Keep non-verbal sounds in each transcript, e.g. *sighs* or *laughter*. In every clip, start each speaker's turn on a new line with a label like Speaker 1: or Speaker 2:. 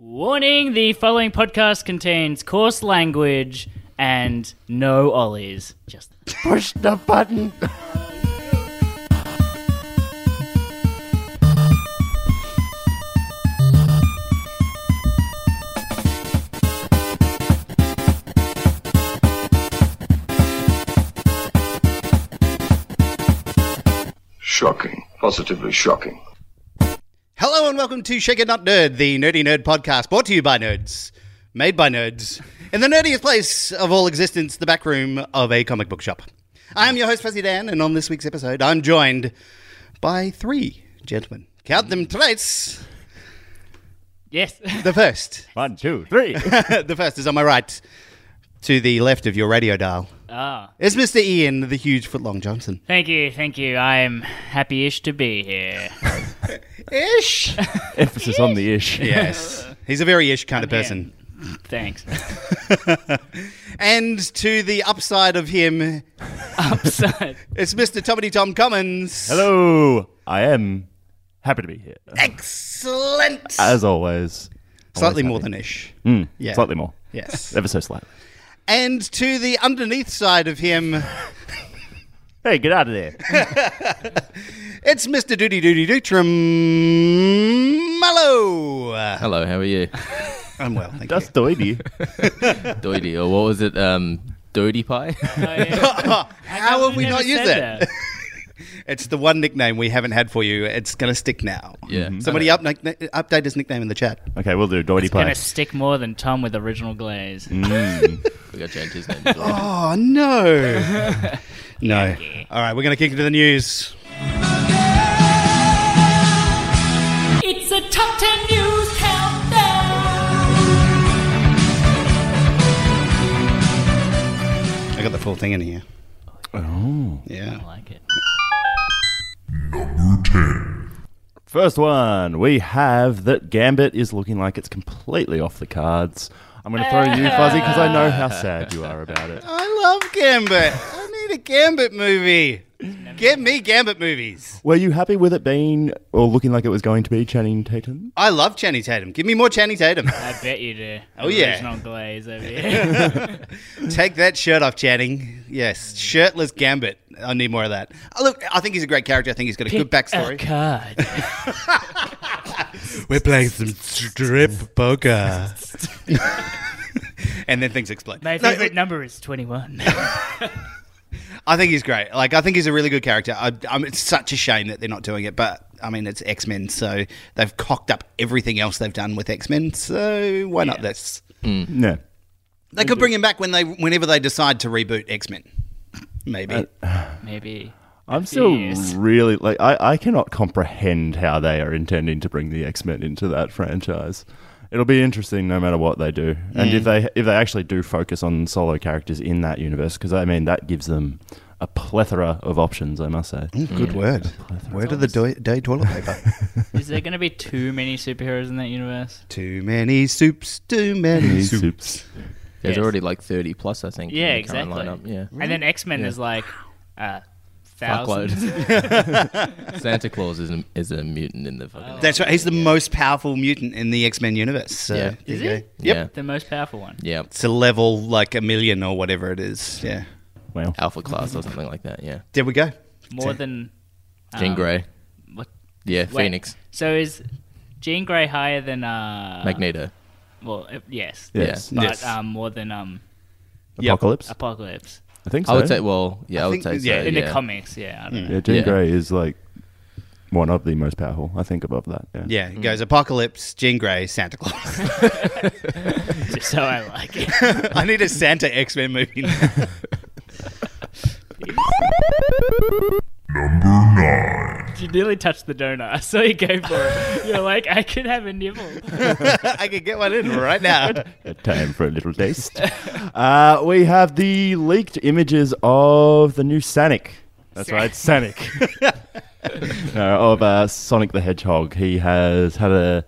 Speaker 1: Warning the following podcast contains coarse language and no ollies. Just
Speaker 2: Push the button.
Speaker 3: Shocking. Positively shocking.
Speaker 4: Hello and welcome to Shake It Not Nerd, the nerdy nerd podcast brought to you by nerds, made by nerds, in the nerdiest place of all existence, the back room of a comic book shop. I am your host, Fuzzy Dan, and on this week's episode, I'm joined by three gentlemen. Count them tres.
Speaker 1: yes. *laughs*
Speaker 4: The first, *laughs*
Speaker 2: One, two, *laughs* three.
Speaker 4: the first is on my right, to the left of your radio dial,
Speaker 1: ah,
Speaker 4: is Mr. Ian, the huge footlong Johnson.
Speaker 1: thank you, thank you. I'm happy-ish to be here.
Speaker 4: Ish.
Speaker 2: Emphasis on the ish.
Speaker 4: Yes, he's a very ish kind of
Speaker 1: I'm
Speaker 4: person.
Speaker 1: *laughs* Thanks.
Speaker 4: And to the upside of him
Speaker 1: Upside.
Speaker 4: It's Mr. Tommy Tom Cummins.
Speaker 2: Hello. I am happy to be here.
Speaker 4: Excellent.
Speaker 2: As always. Uh, always
Speaker 4: slightly more
Speaker 2: happy.
Speaker 4: than ish.
Speaker 2: Mm,
Speaker 4: Yeah.
Speaker 2: Slightly more. *laughs*
Speaker 4: Yes.
Speaker 2: Ever so slightly.
Speaker 4: and to the underneath side of him,
Speaker 2: Hey, get out of *laughs* there.
Speaker 4: it's Mr. Doody Doody Dootram Mallow.
Speaker 2: *laughs*
Speaker 5: Hello, how are you?
Speaker 4: I'm well, thank
Speaker 2: That's doity.
Speaker 5: Doity, or what was it? Um,
Speaker 1: *laughs*
Speaker 5: Doity Pie?
Speaker 1: Oh, yeah.
Speaker 4: you. How have we
Speaker 1: Never
Speaker 4: not used
Speaker 1: said
Speaker 4: that? It's the one nickname we haven't had for you. It's going to stick now.
Speaker 5: Yeah.
Speaker 1: Mm-hmm.
Speaker 4: Somebody up, nick, update his nickname in the chat.
Speaker 2: Okay, we'll do doity
Speaker 1: It's gonna
Speaker 2: pie.
Speaker 1: stick more than Tom with original glaze.
Speaker 4: Mm.
Speaker 5: We got to change his name. as well.
Speaker 4: Oh, no.
Speaker 2: *laughs*
Speaker 4: no. All right, we're going to kick into the news.
Speaker 6: It's a top ten news countdown.
Speaker 4: I got the full thing in here. Oh. Yeah.
Speaker 1: I like it.
Speaker 2: First one, we have that Gambit is looking like it's completely off the cards. I'm going to throw you, Fuzzy, because I know how sad you are about *laughs* it.
Speaker 4: I love Gambit. I need a Gambit movie. Give me Gambit movies.
Speaker 2: Were you happy with it being or looking like it was going to be Channing Tatum?
Speaker 4: I love Channing Tatum. Give me more Channing Tatum.
Speaker 1: I bet you do.
Speaker 4: Oh, yeah.
Speaker 1: Original glaze
Speaker 4: *laughs*
Speaker 1: over here.
Speaker 4: Take that shirt off, Channing. Yes, shirtless Gambit. I need more of that. Oh, look, I think he's a great character. I think he's got a good
Speaker 1: A
Speaker 4: backstory.
Speaker 1: card.
Speaker 4: We're playing some strip poker. *laughs* and then things explode.
Speaker 1: My
Speaker 4: No,
Speaker 1: favorite number is twenty-one.
Speaker 4: I think he's great. Like, I think he's a really good character. I, I'm, it's such a shame that they're not doing it, but I mean, it's X Men, so they've cocked up everything else they've done with X Men. So why not this?
Speaker 2: No.
Speaker 4: They could bring him back when they, whenever they decide to reboot X Men. Maybe.
Speaker 1: Maybe.
Speaker 2: I'm still
Speaker 1: Yes.
Speaker 2: really like I, I cannot comprehend how they are intending to bring the X Men into that franchise. It'll be interesting no matter what they do, and if they if they actually do focus on solo characters in that universe, because I mean that gives them a plethora of options. I must say,
Speaker 4: good word. Word of the day, day toilet paper.
Speaker 1: Is there gonna be too many superheroes in that universe?
Speaker 4: *laughs* too many soups. Too many
Speaker 2: These
Speaker 4: soups.
Speaker 2: soups.
Speaker 5: There's
Speaker 1: Yes.
Speaker 5: already like 30 plus, I think. in
Speaker 1: Yeah,
Speaker 5: the current
Speaker 1: exactly.
Speaker 5: lineup, Yeah.
Speaker 1: And then X Men
Speaker 5: Yeah.
Speaker 1: is like uh,
Speaker 2: *laughs*
Speaker 1: thousands. *laughs*
Speaker 5: Fuckload. Santa Claus is a, is a mutant in the
Speaker 1: Oh.
Speaker 5: fucking.
Speaker 4: That's right. He's the most powerful mutant in the X Men universe. So
Speaker 5: Yeah.
Speaker 4: there
Speaker 1: Is
Speaker 4: you
Speaker 1: he?
Speaker 4: go. Yep.
Speaker 5: Yeah.
Speaker 1: The most powerful one.
Speaker 5: Yeah.
Speaker 4: It's a level like a million or whatever it is. Yeah.
Speaker 2: Well,
Speaker 5: Alpha class or something like that. Yeah.
Speaker 4: There we go.
Speaker 1: More than
Speaker 5: Jean
Speaker 1: um,
Speaker 5: Grey.
Speaker 1: What?
Speaker 5: Yeah.
Speaker 1: wait.
Speaker 5: Phoenix.
Speaker 1: So is Jean Grey higher than uh
Speaker 5: Magneto.
Speaker 1: Well, uh, yes,
Speaker 2: yes,
Speaker 1: but
Speaker 4: Yes.
Speaker 1: um, more than um
Speaker 4: Yep.
Speaker 2: Apocalypse.
Speaker 1: Apocalypse
Speaker 2: I think so.
Speaker 5: I would say, well, yeah, I,
Speaker 4: I
Speaker 5: would
Speaker 4: think-
Speaker 5: say so.
Speaker 4: yeah,
Speaker 1: in
Speaker 5: yeah.
Speaker 1: the comics. Yeah, I don't know.
Speaker 2: yeah, Jean
Speaker 5: yeah.
Speaker 2: Grey is like one of the most powerful. I think above that. Yeah.
Speaker 4: Yeah,
Speaker 1: Mm.
Speaker 4: it goes Apocalypse, Jean Grey, Santa Claus. *laughs*
Speaker 1: Just so I like it. *laughs*
Speaker 4: I need a Santa X Men movie. now. *laughs*
Speaker 1: you nearly touched the donut. I saw you go for it. You're like, I could have a nibble.
Speaker 4: I could get one in right now.
Speaker 2: A Time for a little taste. uh, we have the leaked images of the new Sonic. That's right, Sonic. *laughs* no, of uh, Sonic the Hedgehog. He has had a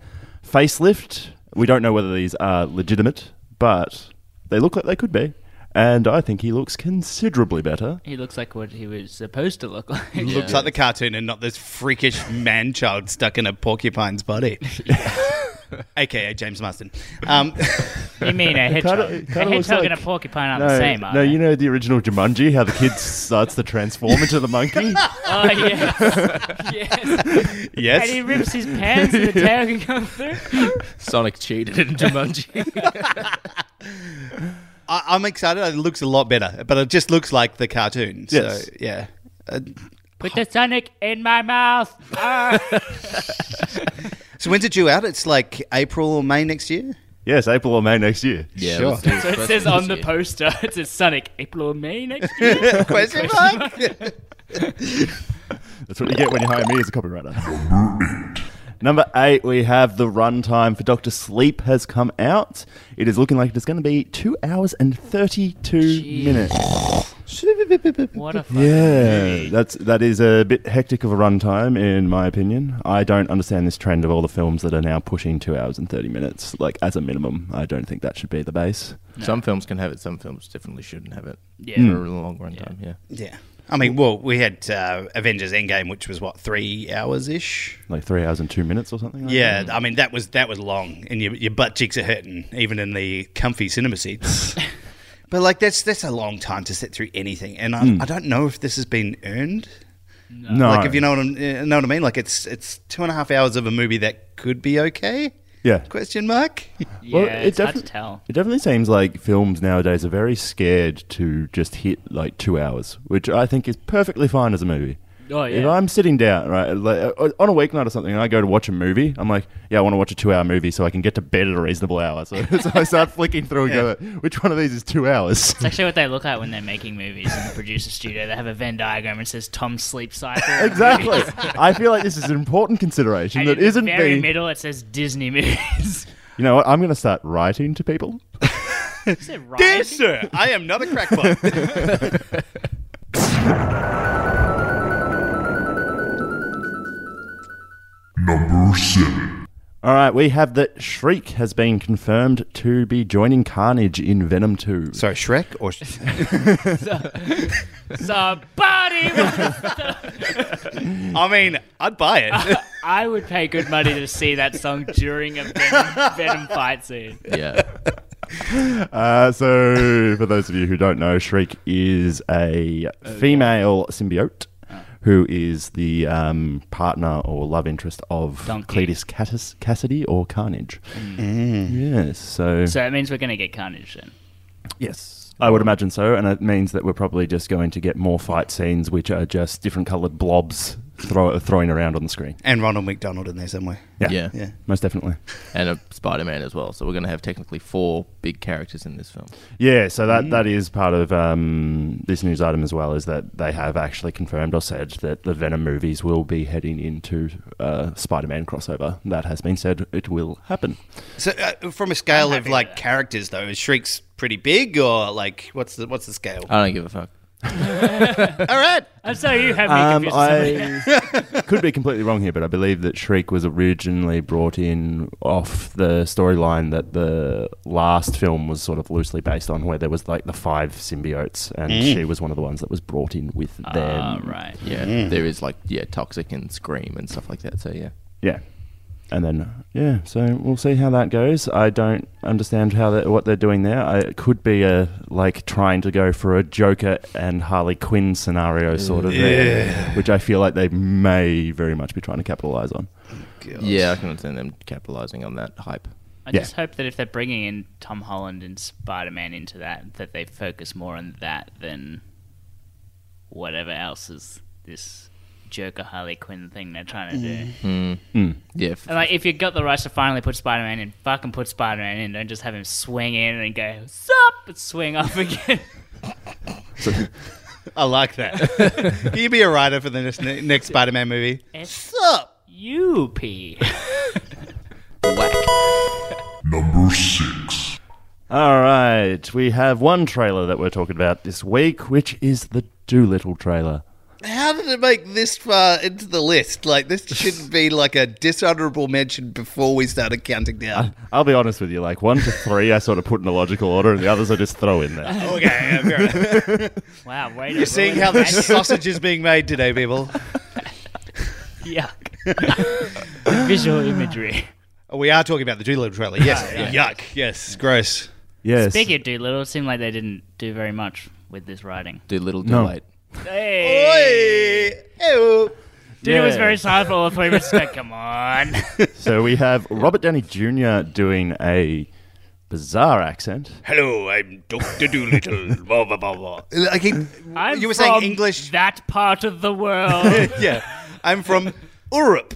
Speaker 2: facelift. We don't know whether these are legitimate, but they look like they could be. And I think he looks considerably better.
Speaker 1: He looks like what he was supposed to look like.
Speaker 4: Looks *laughs* like the cartoon and not this freakish man child stuck in a porcupine's body. aka James Marsden. Um, *laughs*
Speaker 1: You mean a hedgehog?
Speaker 2: *laughs* it
Speaker 1: a
Speaker 2: kinda looks
Speaker 1: hedgehog
Speaker 2: like-
Speaker 1: and a porcupine aren't
Speaker 2: No,
Speaker 1: the same, are
Speaker 2: no,
Speaker 1: they?
Speaker 2: you know the original Jumanji, how the kid *laughs* starts to transform into
Speaker 1: *laughs*
Speaker 2: the monkey.
Speaker 1: Oh yes, yes. And he
Speaker 4: yes.
Speaker 1: rips his pants,
Speaker 2: *laughs*
Speaker 1: and the tail can come through.
Speaker 5: Sonic cheated in Jumanji.
Speaker 4: I, I'm excited. It looks a lot better, but it just looks like the cartoon. So,
Speaker 2: Yes.
Speaker 4: yeah. Uh,
Speaker 1: Put the Sonic in my mouth. Ah.
Speaker 4: so when's it due out? It's like April or May next year?
Speaker 2: yes, April or May next year.
Speaker 5: yeah,
Speaker 4: Sure.
Speaker 5: let's do
Speaker 1: So it
Speaker 5: first
Speaker 1: says
Speaker 5: one
Speaker 1: on
Speaker 5: this
Speaker 1: the
Speaker 5: year.
Speaker 1: poster, *laughs* it says Sonic April or May next year.
Speaker 4: *laughs* Question mark? *laughs*
Speaker 2: That's what you get when you hire me as a copywriter. *laughs* Number eight, we have the runtime for Doctor Sleep has come out. It is looking like it is going to be two hours and thirty-two minutes.
Speaker 1: what a fuck.
Speaker 2: Yeah, that's that is a bit hectic of a runtime, in my opinion. I don't understand this trend of all the films that are now pushing two hours and thirty minutes, like as a minimum. I don't think that should be the base.
Speaker 5: Some films can have it. Some films definitely shouldn't have it.
Speaker 1: Yeah.
Speaker 5: for a long run time. Yeah.
Speaker 4: yeah. I mean, well, we had uh, Avengers Endgame, which was what three hours ish.
Speaker 2: Like three hours and two minutes or something. Like
Speaker 4: Yeah, I mean that was that was long, and your, your butt cheeks are hurting even in the comfy cinema seats. *laughs* but like that's that's a long time to sit through anything, and I, I don't know if this has been earned.
Speaker 2: that. No,
Speaker 4: Like if you know what, I'm, uh, know what I mean, like it's it's two and a half hours of a movie that could be okay?
Speaker 2: yeah.
Speaker 4: Question mark.
Speaker 1: Yeah,
Speaker 2: it
Speaker 1: it's hard to
Speaker 2: defi-
Speaker 1: tell.
Speaker 2: It definitely seems like films nowadays are very scared to just hit like two hours, which I think is perfectly fine as a movie.
Speaker 1: Oh, yeah.
Speaker 2: If I'm sitting down, right, like, uh, on a weeknight or something, and I go to watch a movie, I'm like, yeah, I want to watch a two hour movie so I can get to bed at a reasonable hour. So, *laughs* so I start flicking through and go, which one of these is two
Speaker 1: *laughs*
Speaker 2: hours?
Speaker 1: It's actually what they look like when they're making movies in the producer studio. They have a Venn diagram and it says Tom's sleep cycle.
Speaker 2: *laughs* exactly. I feel like this is an important consideration
Speaker 1: And
Speaker 2: that
Speaker 1: in
Speaker 2: isn't
Speaker 1: the very
Speaker 2: being.
Speaker 1: middle, it says Disney movies. *laughs*
Speaker 2: You know what? I'm going to start writing to people.
Speaker 1: Is it right?
Speaker 4: Dear sir, I am not a crackpot.
Speaker 7: Number seven.
Speaker 2: All right, we have that Shriek has been confirmed to be joining Carnage in Venom 2.
Speaker 4: *laughs* Sorry, Shrek or
Speaker 2: *laughs*
Speaker 1: Somebody was-
Speaker 4: *laughs* I mean, I'd buy it.
Speaker 1: I would pay good money to see that song during a Venom, Venom fight scene.
Speaker 5: Yeah.
Speaker 2: Uh, so, for those of you who don't know, Shriek is a female symbiote who is the um, partner or love interest of
Speaker 1: Donkey.
Speaker 2: Cletus Cass- Cassidy or Carnage. Mm. Yes, so,
Speaker 1: So it means we're going to get Carnage then.
Speaker 2: yes, I would imagine so, and it means that we're probably just going to get more fight scenes, which are just different coloured blobs throw- throwing around on the screen.
Speaker 4: *laughs* and Ronald McDonald in there somewhere.
Speaker 5: Yeah.
Speaker 4: Yeah.
Speaker 2: most definitely.
Speaker 5: And a Spider-Man as well. So we're going to have technically four big characters in this film.
Speaker 2: Yeah, so
Speaker 1: Mm.
Speaker 2: that, that is part of um, this news item as well, is that they have actually confirmed or said that the Venom movies will be heading into uh, Spider-Man crossover. That has been said. It will happen.
Speaker 4: So, uh, from a scale of like characters, though, is Shriek's pretty big, or like what's the what's the scale?
Speaker 5: I don't give a fuck.
Speaker 4: All right,
Speaker 1: And so you have me
Speaker 2: Um,
Speaker 1: confused. with somebody else.
Speaker 2: I *laughs* could be completely wrong here, but I believe that Shriek was originally brought in off the storyline that the last film was sort of loosely based on, where there was like the five symbiotes, and she was one of the ones that was brought in with them.
Speaker 1: Mm. Ah, right.
Speaker 5: Yeah. There is like yeah, Toxic and Scream and stuff like that. So yeah.
Speaker 2: Yeah. And then yeah, so we'll see how that goes. I don't understand how that, what they're doing there. I, it could be a like trying to go for a Joker and Harley Quinn scenario sort of thing, which I feel like they may very much be trying to capitalize on.
Speaker 5: Yeah, I can understand them capitalizing on that hype.
Speaker 1: I
Speaker 2: Yeah.
Speaker 1: just hope that if they're bringing in Tom Holland and Spider Man into that, that they focus more on that than whatever else is this Joker Harley Quinn thing they're trying to do.
Speaker 5: Yeah. f-
Speaker 1: And like, if you got the rights to finally put Spider Man in, fucking put Spider Man in. Don't just have him swing in and go sup, and swing off *laughs* again.
Speaker 4: I like that. Can you be a writer for the next, next Spider-Man movie? Sup?
Speaker 1: you pee.
Speaker 7: Number six.
Speaker 2: All right, we have one trailer that we're talking about this week, which is the Doolittle trailer.
Speaker 4: How did it make this far into the list? Like this should be like a dishonorable mention before we started counting down.
Speaker 2: I'll be honest with you, like one to three, I sort of put in a logical order, and the others I just throw in there.
Speaker 4: *laughs* *laughs* Okay, yeah, fair enough.
Speaker 1: Wow, wait.
Speaker 4: you're
Speaker 1: *laughs*
Speaker 4: seeing how the sausage is being made today, people.
Speaker 1: yuck. *laughs* Visual imagery.
Speaker 4: Oh, we are talking about the Doolittle trailer. Yes. *laughs* Yuck. Yes. Gross.
Speaker 2: Yes.
Speaker 1: Speaking of Doolittle, it seemed like they didn't do very much with this writing.
Speaker 5: Do little, do
Speaker 2: No.
Speaker 5: late.
Speaker 1: Hey!
Speaker 4: Ew.
Speaker 1: Doolittle was
Speaker 2: Yeah.
Speaker 1: very silent for all three minutes.
Speaker 4: *laughs*
Speaker 1: like, come on.
Speaker 2: So we have Robert Downey Jr. doing a bizarre accent.
Speaker 4: Hello, I'm Doctor Doolittle. blah blah blah blah. Like he,
Speaker 1: I'm
Speaker 4: you were
Speaker 1: from
Speaker 4: saying English.
Speaker 1: That part of the
Speaker 4: *laughs*
Speaker 1: world.
Speaker 4: yeah, I'm from *laughs* Europe.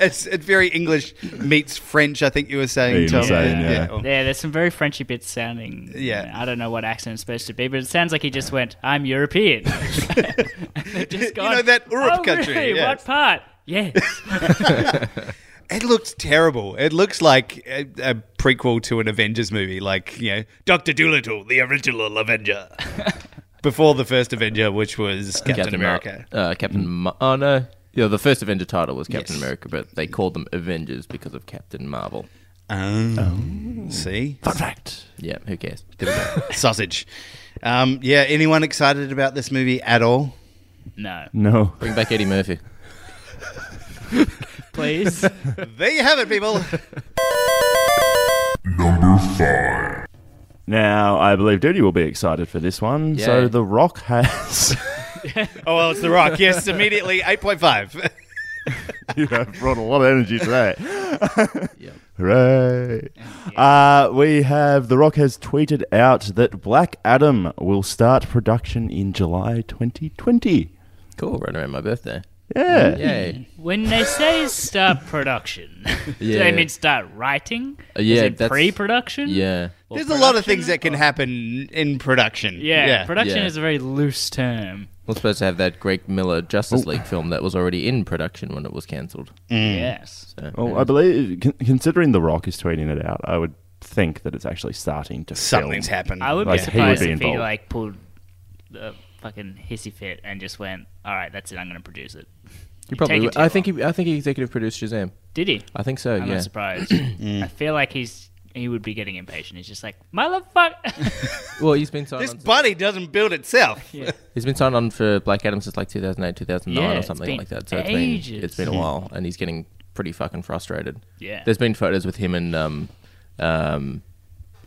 Speaker 4: it's, it's very English meets French. I think you were saying,
Speaker 2: You were
Speaker 4: Tom.
Speaker 2: saying, yeah.
Speaker 4: or-
Speaker 1: yeah, there's some very Frenchy bits sounding.
Speaker 4: Yeah.
Speaker 1: I don't know what accent it's supposed to be, but it sounds like he just went, I'm
Speaker 4: *laughs*
Speaker 1: European. *laughs* They've just
Speaker 4: You
Speaker 1: gone,
Speaker 4: know that Uruk
Speaker 1: "Oh,
Speaker 4: country,
Speaker 1: really?
Speaker 4: yeah."
Speaker 1: What part? Yes.
Speaker 4: It looks terrible. It looks like a, a prequel to an Avengers movie, like you know, Doctor Doolittle, the original *laughs* Avenger, before the first Avenger, which was Captain,
Speaker 5: Mar-
Speaker 4: America. Mm.
Speaker 5: uh, Captain. Ma- oh no. Yeah, the first Avenger title was Captain
Speaker 4: Yes.
Speaker 5: America, but they called them Avengers because of Captain Marvel.
Speaker 4: Oh. See,
Speaker 2: Fun fact.
Speaker 5: Yeah, who cares?
Speaker 4: sausage. Um, yeah, anyone excited about this movie at all?
Speaker 1: *laughs* no.
Speaker 2: No.
Speaker 5: Bring back Eddie Murphy.
Speaker 1: Please.
Speaker 4: There you have it, people.
Speaker 7: Number 5.
Speaker 2: Now, I believe Duty will be excited for this one.
Speaker 5: Yeah.
Speaker 2: So The Rock has
Speaker 4: *laughs*
Speaker 2: *laughs*
Speaker 4: oh well, it's The Rock. Yes, immediately eight point five. *laughs*
Speaker 2: you have brought a lot of energy today.
Speaker 5: Yep.
Speaker 2: Hooray. Uh, we have The Rock has tweeted out that Black Adam will start production in July 2020.
Speaker 5: Cool, right around my birthday.
Speaker 2: Yeah.
Speaker 5: Yay.
Speaker 1: When they say start production, *laughs* do
Speaker 5: Yeah.
Speaker 1: they mean start writing?
Speaker 5: Uh, yeah,
Speaker 1: Is it
Speaker 5: that's-
Speaker 1: pre-production?
Speaker 5: Yeah.
Speaker 1: Or
Speaker 4: There's a lot of
Speaker 1: production?
Speaker 4: things that can happen in production.
Speaker 1: Yeah, production
Speaker 5: Yeah.
Speaker 1: is a very loose term.
Speaker 5: We're supposed to have that Greg Miller Justice League film that was already in production when it was cancelled.
Speaker 4: Mm.
Speaker 1: Yes.
Speaker 5: So,
Speaker 4: Oh,
Speaker 2: Well, I believe, con- considering The Rock is tweeting it out, I would think that it's actually starting to
Speaker 4: something's
Speaker 2: film.
Speaker 4: happened.
Speaker 1: I would
Speaker 2: Like,
Speaker 1: be
Speaker 2: he would
Speaker 1: surprised
Speaker 2: be
Speaker 1: if he
Speaker 2: involved.
Speaker 1: like pulled the fucking hissy fit and just went, "All right, that's it. I'm going to produce it."
Speaker 5: you
Speaker 1: take
Speaker 5: probably.
Speaker 1: it too
Speaker 5: I think. He, I think he executive produced Shazam.
Speaker 1: Did he?
Speaker 5: I think so.
Speaker 1: I'm
Speaker 5: yeah.
Speaker 1: not
Speaker 5: *clears throat*
Speaker 1: surprised.
Speaker 2: Mm.
Speaker 1: I feel like he's he would be getting impatient. He's just like, "Motherfucker!"
Speaker 5: Well, he's been signed.
Speaker 4: This
Speaker 5: On,
Speaker 4: body doesn't build itself.
Speaker 5: he's been signed on for Black Adam since like 2008, 2009,
Speaker 1: Yeah,
Speaker 5: or
Speaker 1: it's
Speaker 5: something
Speaker 1: been
Speaker 5: like that. So it's
Speaker 1: ages.
Speaker 5: been it's been a while, and he's getting pretty fucking frustrated.
Speaker 1: Yeah.
Speaker 5: There's been photos with him and um, um,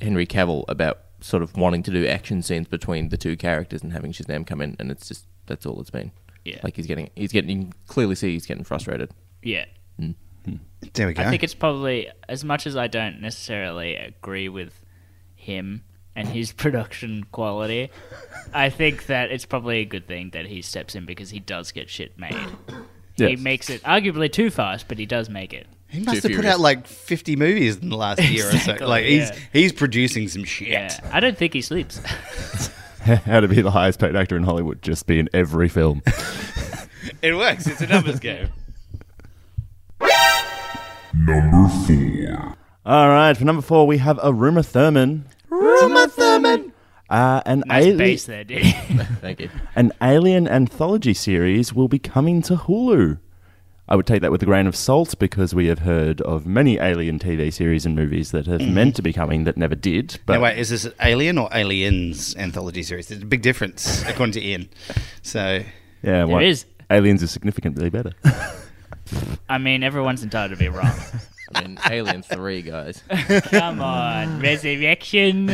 Speaker 5: Henry Cavill about sort of wanting to do action scenes between the two characters and having Shazam come in, and it's just that's all it's been.
Speaker 1: Yeah.
Speaker 5: Like he's getting, he's getting. You can clearly see he's getting frustrated.
Speaker 1: *laughs* yeah.
Speaker 4: There we go.
Speaker 1: I think it's probably as much as I don't necessarily agree with him and his *laughs* production quality. I think that it's probably a good thing that he steps in because he does get shit made. He
Speaker 2: Yes.
Speaker 1: makes it arguably too fast, but he does make it.
Speaker 4: He must
Speaker 5: Too
Speaker 4: have put
Speaker 5: furious.
Speaker 4: out like 50 movies in the last year or so.
Speaker 1: Exactly,
Speaker 4: Like
Speaker 1: yeah.
Speaker 4: he's he's producing some shit.
Speaker 1: Yeah, I don't think he sleeps. *laughs*
Speaker 2: *laughs* How to be the highest paid actor in Hollywood, just be in
Speaker 1: *laughs*
Speaker 2: every film.
Speaker 4: It works. It's a numbers game. *laughs*
Speaker 7: Number 4.
Speaker 2: All right, for number four, we have a Rumor Thurman. Rumor Thurman! Uh, an,
Speaker 1: Nice
Speaker 2: ali-
Speaker 1: bass there, dude. *laughs*
Speaker 5: Thank you.
Speaker 2: an alien anthology series will be coming to Hulu. I would take that with a grain of salt because we have heard of many alien TV series and movies that
Speaker 1: Mm-hmm.
Speaker 2: have meant to be coming that never did. But
Speaker 4: No, wait, is this Alien or Aliens anthology series? There's a big difference, according to Ian. So,
Speaker 2: yeah, what-
Speaker 1: is.
Speaker 2: Aliens is significantly better. *laughs*
Speaker 1: I mean, everyone's entitled to be wrong.
Speaker 5: I
Speaker 1: *laughs*
Speaker 5: mean, Alien Three guys.
Speaker 1: Come on, resurrection.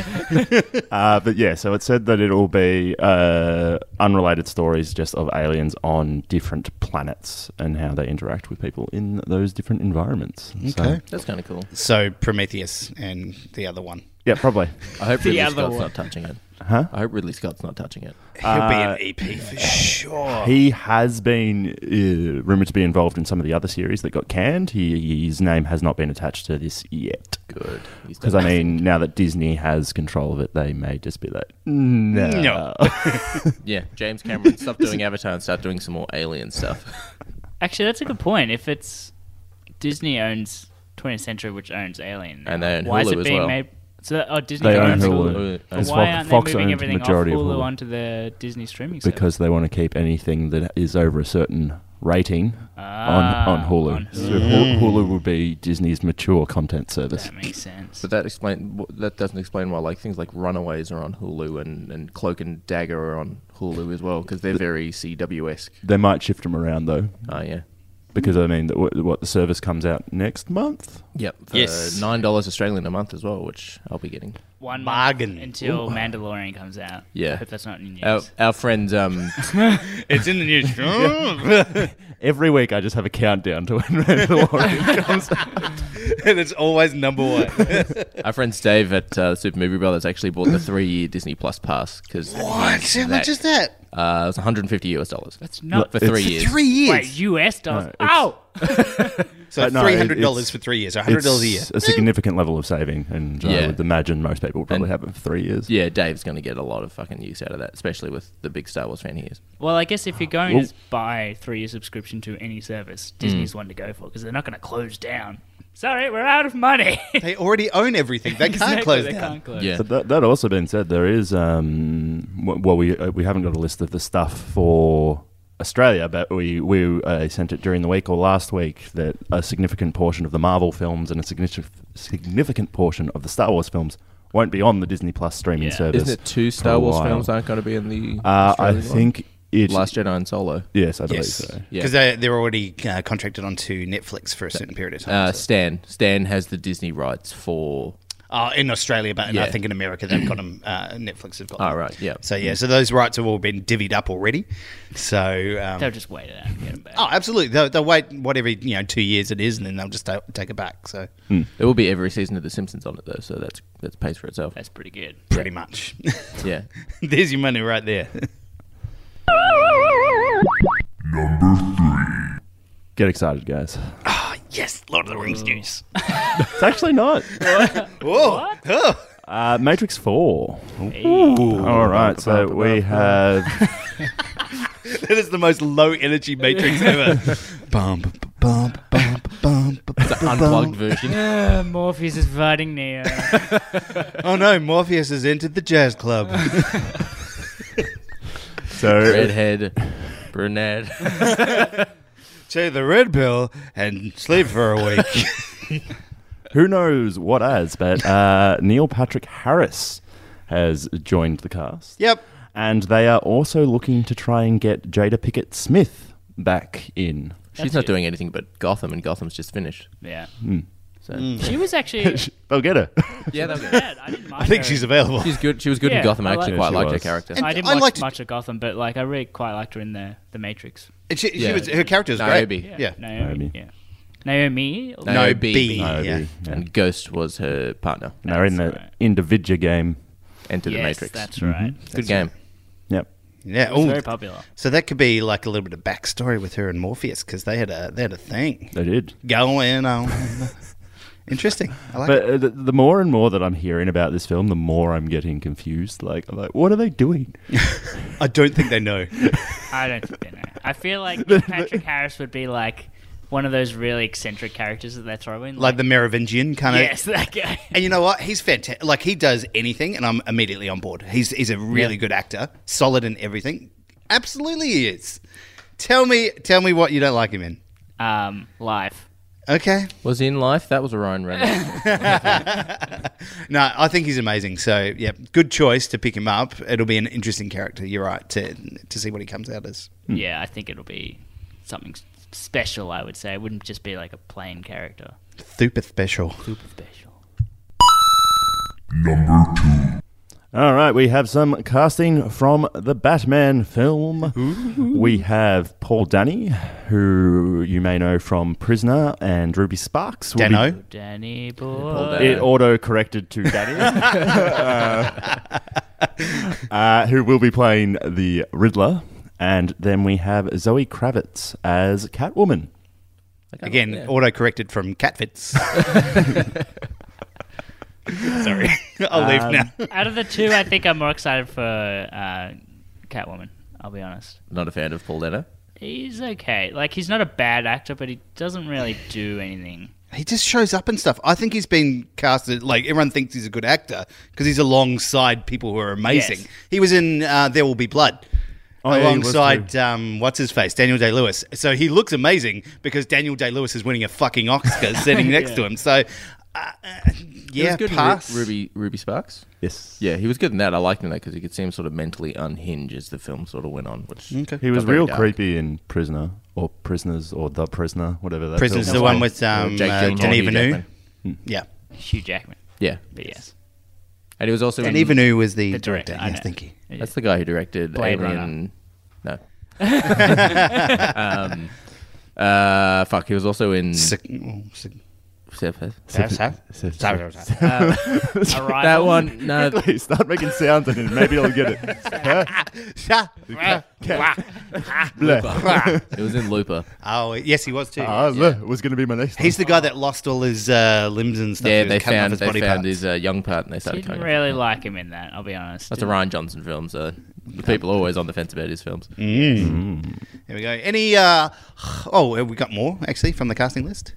Speaker 2: Uh, but yeah, so it said that it'll be uh, unrelated stories just of aliens on different planets and how they interact with people in those different environments. So-
Speaker 4: Okay.
Speaker 5: That's kind of cool.
Speaker 4: so Prometheus and the other one.
Speaker 2: yeah, probably.
Speaker 5: I *laughs* hope Ridley
Speaker 1: other
Speaker 5: Scott's
Speaker 1: one.
Speaker 5: not touching it. Huh? I hope Ridley Scott's not touching it.
Speaker 4: He'll be an E EP for sure.
Speaker 2: He has been uh, rumored to be involved in some of the other series that got canned. He, his name has not been attached to this yet.
Speaker 5: Good. He's
Speaker 2: Because
Speaker 5: done
Speaker 2: I mean, now that Disney has control of it, they may just be like, no.
Speaker 4: No.
Speaker 5: nothing. *laughs* yeah, James Cameron, stop doing Avatar and start doing some more alien stuff. *laughs*
Speaker 1: Actually, that's a good point. If it's Disney owns 20th Century, which owns Alien, now,
Speaker 5: And they own
Speaker 1: why is
Speaker 5: Hulu
Speaker 1: it
Speaker 5: as
Speaker 1: being
Speaker 5: well.
Speaker 1: made? So oh, Disney
Speaker 2: They own
Speaker 1: owns
Speaker 2: Hulu.
Speaker 5: Hulu.
Speaker 2: It's
Speaker 1: Why
Speaker 2: Fo-
Speaker 1: aren't
Speaker 2: Fox
Speaker 1: they moving
Speaker 2: owns
Speaker 1: everything off
Speaker 2: majority
Speaker 1: Hulu,
Speaker 2: of Hulu.
Speaker 1: onto the Disney streaming service?
Speaker 2: because they want to keep anything that is over a certain rating Ah, on, on Hulu.
Speaker 1: on Hulu.
Speaker 2: So Hulu. Hulu will be Disney's mature content service.
Speaker 1: that makes sense.
Speaker 5: But that explain wh- that doesn't explain why like things like Runaways are on Hulu and, and Cloak and Dagger are on Hulu as well because they're very CW esque.
Speaker 2: They might shift them around though.
Speaker 5: Oh yeah,
Speaker 2: because I mean, what, what the service comes out next month.
Speaker 5: Yep. For
Speaker 4: Yes.
Speaker 5: Nine dollars Australian a month as well, which I'll be getting.
Speaker 1: One
Speaker 4: Bargain.
Speaker 1: month until Mandalorian comes out.
Speaker 5: Yeah. Oh.
Speaker 1: I hope that's not in news.
Speaker 5: Our, our friend, *laughs* um,
Speaker 4: It's in the news.
Speaker 2: Every week, I just have a countdown to when Mandalorian comes. out.
Speaker 4: *laughs* and it's always number one.
Speaker 5: our friend Dave at uh, Super Movie Brothers actually bought the three-year Disney Plus pass because
Speaker 4: what? How much is that?
Speaker 5: Uh, it was 150 US dollars
Speaker 1: That's not
Speaker 5: for three
Speaker 2: It's-
Speaker 5: years.
Speaker 4: Three years.
Speaker 1: Wait, US dollars.
Speaker 2: No, it's-
Speaker 1: oh,
Speaker 4: so
Speaker 2: Uh, no,
Speaker 4: three hundred
Speaker 2: it's-
Speaker 4: dollars for three years. hundred dollars a
Speaker 2: *laughs*
Speaker 4: year.
Speaker 2: It's a significant level of saving, and uh, I
Speaker 5: Yeah.
Speaker 2: would imagine most people would probably
Speaker 5: And-
Speaker 2: have it for three years.
Speaker 5: Yeah, Dave's going to get a lot of fucking use out of that, especially with the big Star Wars fan he is.
Speaker 1: well, I guess if you're going
Speaker 2: Well-
Speaker 1: to buy three year subscription to any service, Disney's
Speaker 5: Mm.
Speaker 1: one to go for because they're not going to close down. Sorry, we're out of money. *laughs*
Speaker 4: They already own everything. They can't
Speaker 1: Exactly,
Speaker 4: close
Speaker 1: they
Speaker 4: down.
Speaker 1: can't close.
Speaker 5: Yeah.
Speaker 2: But that, that also being said, there is um, w- well, we uh, we haven't got a list of the stuff for Australia, but we we uh, sent it during the week or last week that a significant portion of the Marvel films and a significant significant portion of the Star Wars films won't be on the Disney Plus streaming
Speaker 1: Yeah.
Speaker 2: service.
Speaker 5: Isn't it two
Speaker 2: for a
Speaker 5: Star Wars
Speaker 2: while.
Speaker 5: films aren't going to be in the?
Speaker 2: Uh, I
Speaker 5: Australian one?
Speaker 2: think it.
Speaker 5: Last Jedi and Solo.
Speaker 2: yes, I believe
Speaker 4: Yes,
Speaker 2: so.
Speaker 5: Yeah.
Speaker 4: because they they're already uh, contracted onto Netflix for a certain period of time.
Speaker 5: Uh,
Speaker 4: so-
Speaker 5: Stan. Stan has the Disney rights for.
Speaker 4: Uh, in Australia, but I
Speaker 5: Yeah.
Speaker 4: think in America they've got them. Uh, Netflix have got.
Speaker 5: Oh,
Speaker 4: them.
Speaker 5: right, yeah.
Speaker 4: So yeah, so those rights have all been divvied up already. So
Speaker 1: They'll
Speaker 4: um,
Speaker 1: just wait it out and get them back.
Speaker 4: oh, absolutely. They'll, they'll wait whatever you know two years it is, and then they'll just ta- take it back. So
Speaker 5: There will be every season of The Simpsons on it though, so that's that's pays for itself.
Speaker 1: That's pretty good. *laughs*
Speaker 4: pretty much, *laughs*
Speaker 2: *laughs*
Speaker 5: Yeah.
Speaker 4: there's your money right there. *laughs*
Speaker 7: Number three.
Speaker 2: Get excited, guys!
Speaker 4: yes, Lord of the Rings news.
Speaker 2: It's actually not.
Speaker 4: *laughs* Whoa. Oh.
Speaker 2: Uh, Matrix Four. All right, so we have
Speaker 4: That is the most low energy Matrix ever. bump, bump, bump, bump.
Speaker 2: *laughs*
Speaker 5: Unplugged version.
Speaker 1: Uh, Morpheus is fighting
Speaker 5: *laughs*
Speaker 1: Neo.
Speaker 4: Oh no, Morpheus has entered the jazz club.
Speaker 2: so *laughs*
Speaker 5: Redhead. Brunette. *laughs*
Speaker 4: Take the red pill and sleep for a week.
Speaker 2: who knows what as, but uh, *laughs* Neil Patrick Harris has joined the cast.
Speaker 4: yep.
Speaker 2: and they are also looking to try and get Jada Pickett Smith back in.
Speaker 5: She's not doing anything but Gotham, and Gotham's just finished.
Speaker 1: yeah.
Speaker 5: Hmm. So
Speaker 4: Hmm.
Speaker 1: She was actually.
Speaker 5: *laughs*
Speaker 2: They'll get her.
Speaker 5: yeah, that was
Speaker 1: bad. I didn't mind
Speaker 4: I think
Speaker 1: her.
Speaker 4: she's available.
Speaker 5: She's good. She was good
Speaker 1: Yeah,
Speaker 5: in Gotham. I
Speaker 1: I like-
Speaker 5: actually
Speaker 2: Yeah,
Speaker 5: quite
Speaker 2: she
Speaker 5: liked her
Speaker 2: was.
Speaker 5: character.
Speaker 4: And-
Speaker 1: I didn't
Speaker 4: I
Speaker 1: watch
Speaker 4: liked-
Speaker 1: much of Gotham, but like I really quite liked her in the the Matrix.
Speaker 4: She, she
Speaker 5: Yeah.
Speaker 4: was her character was
Speaker 5: Niobe.
Speaker 4: great.
Speaker 5: Yeah.
Speaker 4: Yeah.
Speaker 1: Naomi.
Speaker 2: Naomi.
Speaker 1: Yeah. Naomi. or-
Speaker 5: No, B.
Speaker 4: B.
Speaker 2: No,
Speaker 4: Yeah.
Speaker 2: we- yeah.
Speaker 5: And Ghost was her partner.
Speaker 2: *laughs* And they're in the
Speaker 1: right.
Speaker 2: Individia game.
Speaker 5: Enter
Speaker 1: yes,
Speaker 5: the Matrix. Mm-hmm.
Speaker 1: That's right.
Speaker 5: good game.
Speaker 2: Yep.
Speaker 4: Yeah.
Speaker 1: It's
Speaker 4: ooh.
Speaker 1: very popular.
Speaker 4: So that could be like a little bit of backstory with her and Morpheus because they had a they had a thing
Speaker 2: They did.
Speaker 4: going on. Interesting. I like
Speaker 2: But
Speaker 4: it.
Speaker 2: uh, the, the more and more that I'm hearing about this film, the more I'm getting confused. Like, I'm like, what are they doing?
Speaker 4: I don't think they know.
Speaker 1: I don't think they know. I feel like Patrick Harris would be like one of those really eccentric characters that they're throwing.
Speaker 4: like the Merovingian kind of.
Speaker 1: yes, that guy.
Speaker 4: And you know what? He's fantastic. Like he does anything, and I'm immediately on board. He's he's a really good actor, solid in everything. Absolutely, he is. Tell me, tell me what you don't like him in.
Speaker 1: Um, life.
Speaker 4: Okay.
Speaker 5: Was in life. That was a
Speaker 4: *laughs*
Speaker 5: Ryan Reynolds.
Speaker 4: No, I think he's amazing. So yeah, good choice to pick him up. It'll be an interesting character. You're right to to see what he comes out as.
Speaker 1: Yeah, I think it'll be something s- special. I would say it wouldn't just be like a plain character.
Speaker 4: Super special.
Speaker 1: Super special.
Speaker 7: Number two.
Speaker 2: All right, we have some casting from the Batman film. We have Paul Danny, who you may know from Prisoner and Ruby Sparks. will be-
Speaker 4: Dano.
Speaker 1: Danny boy.
Speaker 2: It auto corrected to
Speaker 4: *laughs*
Speaker 2: Danny, uh, uh, who will be playing the Riddler. And then we have Zoe Kravitz as Catwoman.
Speaker 4: Again, auto corrected from Catfits. *laughs* Sorry, *laughs* I'll leave now.
Speaker 1: Out of the two, I think I'm more excited for uh, Catwoman. I'll be honest.
Speaker 5: Not a fan of Paul Dano.
Speaker 1: He's okay. Like he's not a bad actor, but he doesn't really do anything.
Speaker 4: He just shows up and stuff. I think he's been casted like everyone thinks he's a good actor because he's alongside people who are amazing.
Speaker 1: Yes.
Speaker 4: He was in uh, There Will Be Blood.
Speaker 2: Oh, yeah, he was
Speaker 4: alongside um, what's his face, Daniel Day Lewis. So he looks amazing because Daniel Day Lewis is winning a fucking Oscar sitting next to him. So
Speaker 5: He
Speaker 4: Yeah,
Speaker 5: was good in Ru-
Speaker 4: pass.
Speaker 5: Ruby Ruby Sparks.
Speaker 2: Yes.
Speaker 5: Yeah, he was good in that. I liked him in that because you could see him sort of mentally unhinge as the film sort of went on. Which
Speaker 2: He was
Speaker 5: Got very
Speaker 2: real
Speaker 5: dark.
Speaker 2: creepy in Prisoner or Prisoners or The Prisoner, whatever that
Speaker 4: Prison's
Speaker 2: film
Speaker 4: the
Speaker 2: was
Speaker 4: one
Speaker 2: called.
Speaker 4: with um,
Speaker 5: Jake
Speaker 4: uh,
Speaker 5: Gyllenhaal,
Speaker 4: Denis
Speaker 5: Hugh
Speaker 4: Villeneuve.
Speaker 5: Jackman.
Speaker 4: Yeah.
Speaker 1: Hugh Jackman.
Speaker 5: Yeah,
Speaker 1: But yes,
Speaker 5: and he was also
Speaker 4: Denis
Speaker 5: in,
Speaker 4: Villeneuve was the,
Speaker 1: the
Speaker 4: director.
Speaker 1: director. I
Speaker 4: Yes,
Speaker 1: know.
Speaker 4: thank you.
Speaker 1: Yeah.
Speaker 5: That's the guy who directed
Speaker 1: Blade
Speaker 5: Alien.
Speaker 4: *laughs*
Speaker 5: No. um, uh, fuck. He was also in.
Speaker 4: Sick- oh, sick-
Speaker 2: Sif-
Speaker 4: *laughs* Sif-
Speaker 2: Sif-
Speaker 4: Sorry, sorry, sorry.
Speaker 2: *laughs*
Speaker 1: Arrival.
Speaker 5: that
Speaker 4: *laughs*
Speaker 5: one. No.
Speaker 2: Quickly, *laughs* start making sounds and then maybe I'll get it.
Speaker 5: It was in Looper.
Speaker 4: *laughs* Oh, yes, he was too.
Speaker 2: Ah, look, was going to be my next.
Speaker 4: He's the guy that lost all his uh, limbs and stuff.
Speaker 5: yeah,
Speaker 4: He was
Speaker 5: they
Speaker 4: cutting off
Speaker 5: found
Speaker 4: his
Speaker 5: they
Speaker 4: body
Speaker 5: found
Speaker 4: parts.
Speaker 5: his uh, young part and they started
Speaker 1: Didn't
Speaker 5: cutting. it.
Speaker 1: really like him in that. I'll be honest.
Speaker 5: That's a Ryan Johnson film, so the people are always on the fence about his films.
Speaker 4: Here we go. Any? Uh, *sighs* oh, have we got more actually from the casting list.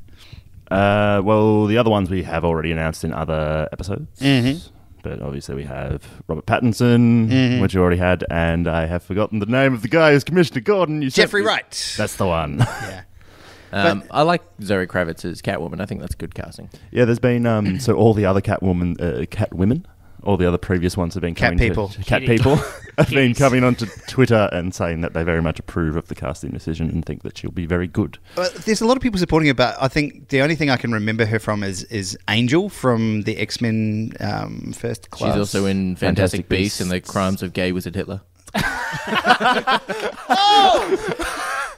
Speaker 2: Uh, well, the other ones we have already announced in other episodes.
Speaker 4: Mhm.
Speaker 2: But obviously, we have Robert Pattinson,
Speaker 4: Mm-hmm.
Speaker 2: which you already had, and I have forgotten the name of the guy who's Commissioner Gordon. You sent
Speaker 4: Jeffrey
Speaker 2: me.
Speaker 4: Wright.
Speaker 2: That's the one. *laughs*
Speaker 4: yeah.
Speaker 5: Um, I like Zoe Kravitz as Catwoman. I think that's good casting.
Speaker 2: yeah, there's been um, so all the other Catwoman, uh, Catwomen, all the other previous ones have been
Speaker 4: Cat
Speaker 2: coming
Speaker 4: people.
Speaker 2: to, cat
Speaker 1: Kitty.
Speaker 4: *laughs*
Speaker 2: people *laughs* have been
Speaker 1: Kitties.
Speaker 2: coming onto Twitter and saying that they very much approve of the casting decision and think that she'll be very good.
Speaker 4: Well, there's a lot of people supporting her, but I think the only thing I can remember her from is is Angel from the X Men um, First Class.
Speaker 5: She's also in Fantastic,
Speaker 2: Fantastic
Speaker 5: Beasts
Speaker 2: Beasts.
Speaker 5: and the Crimes of Gay Wizard Hitler.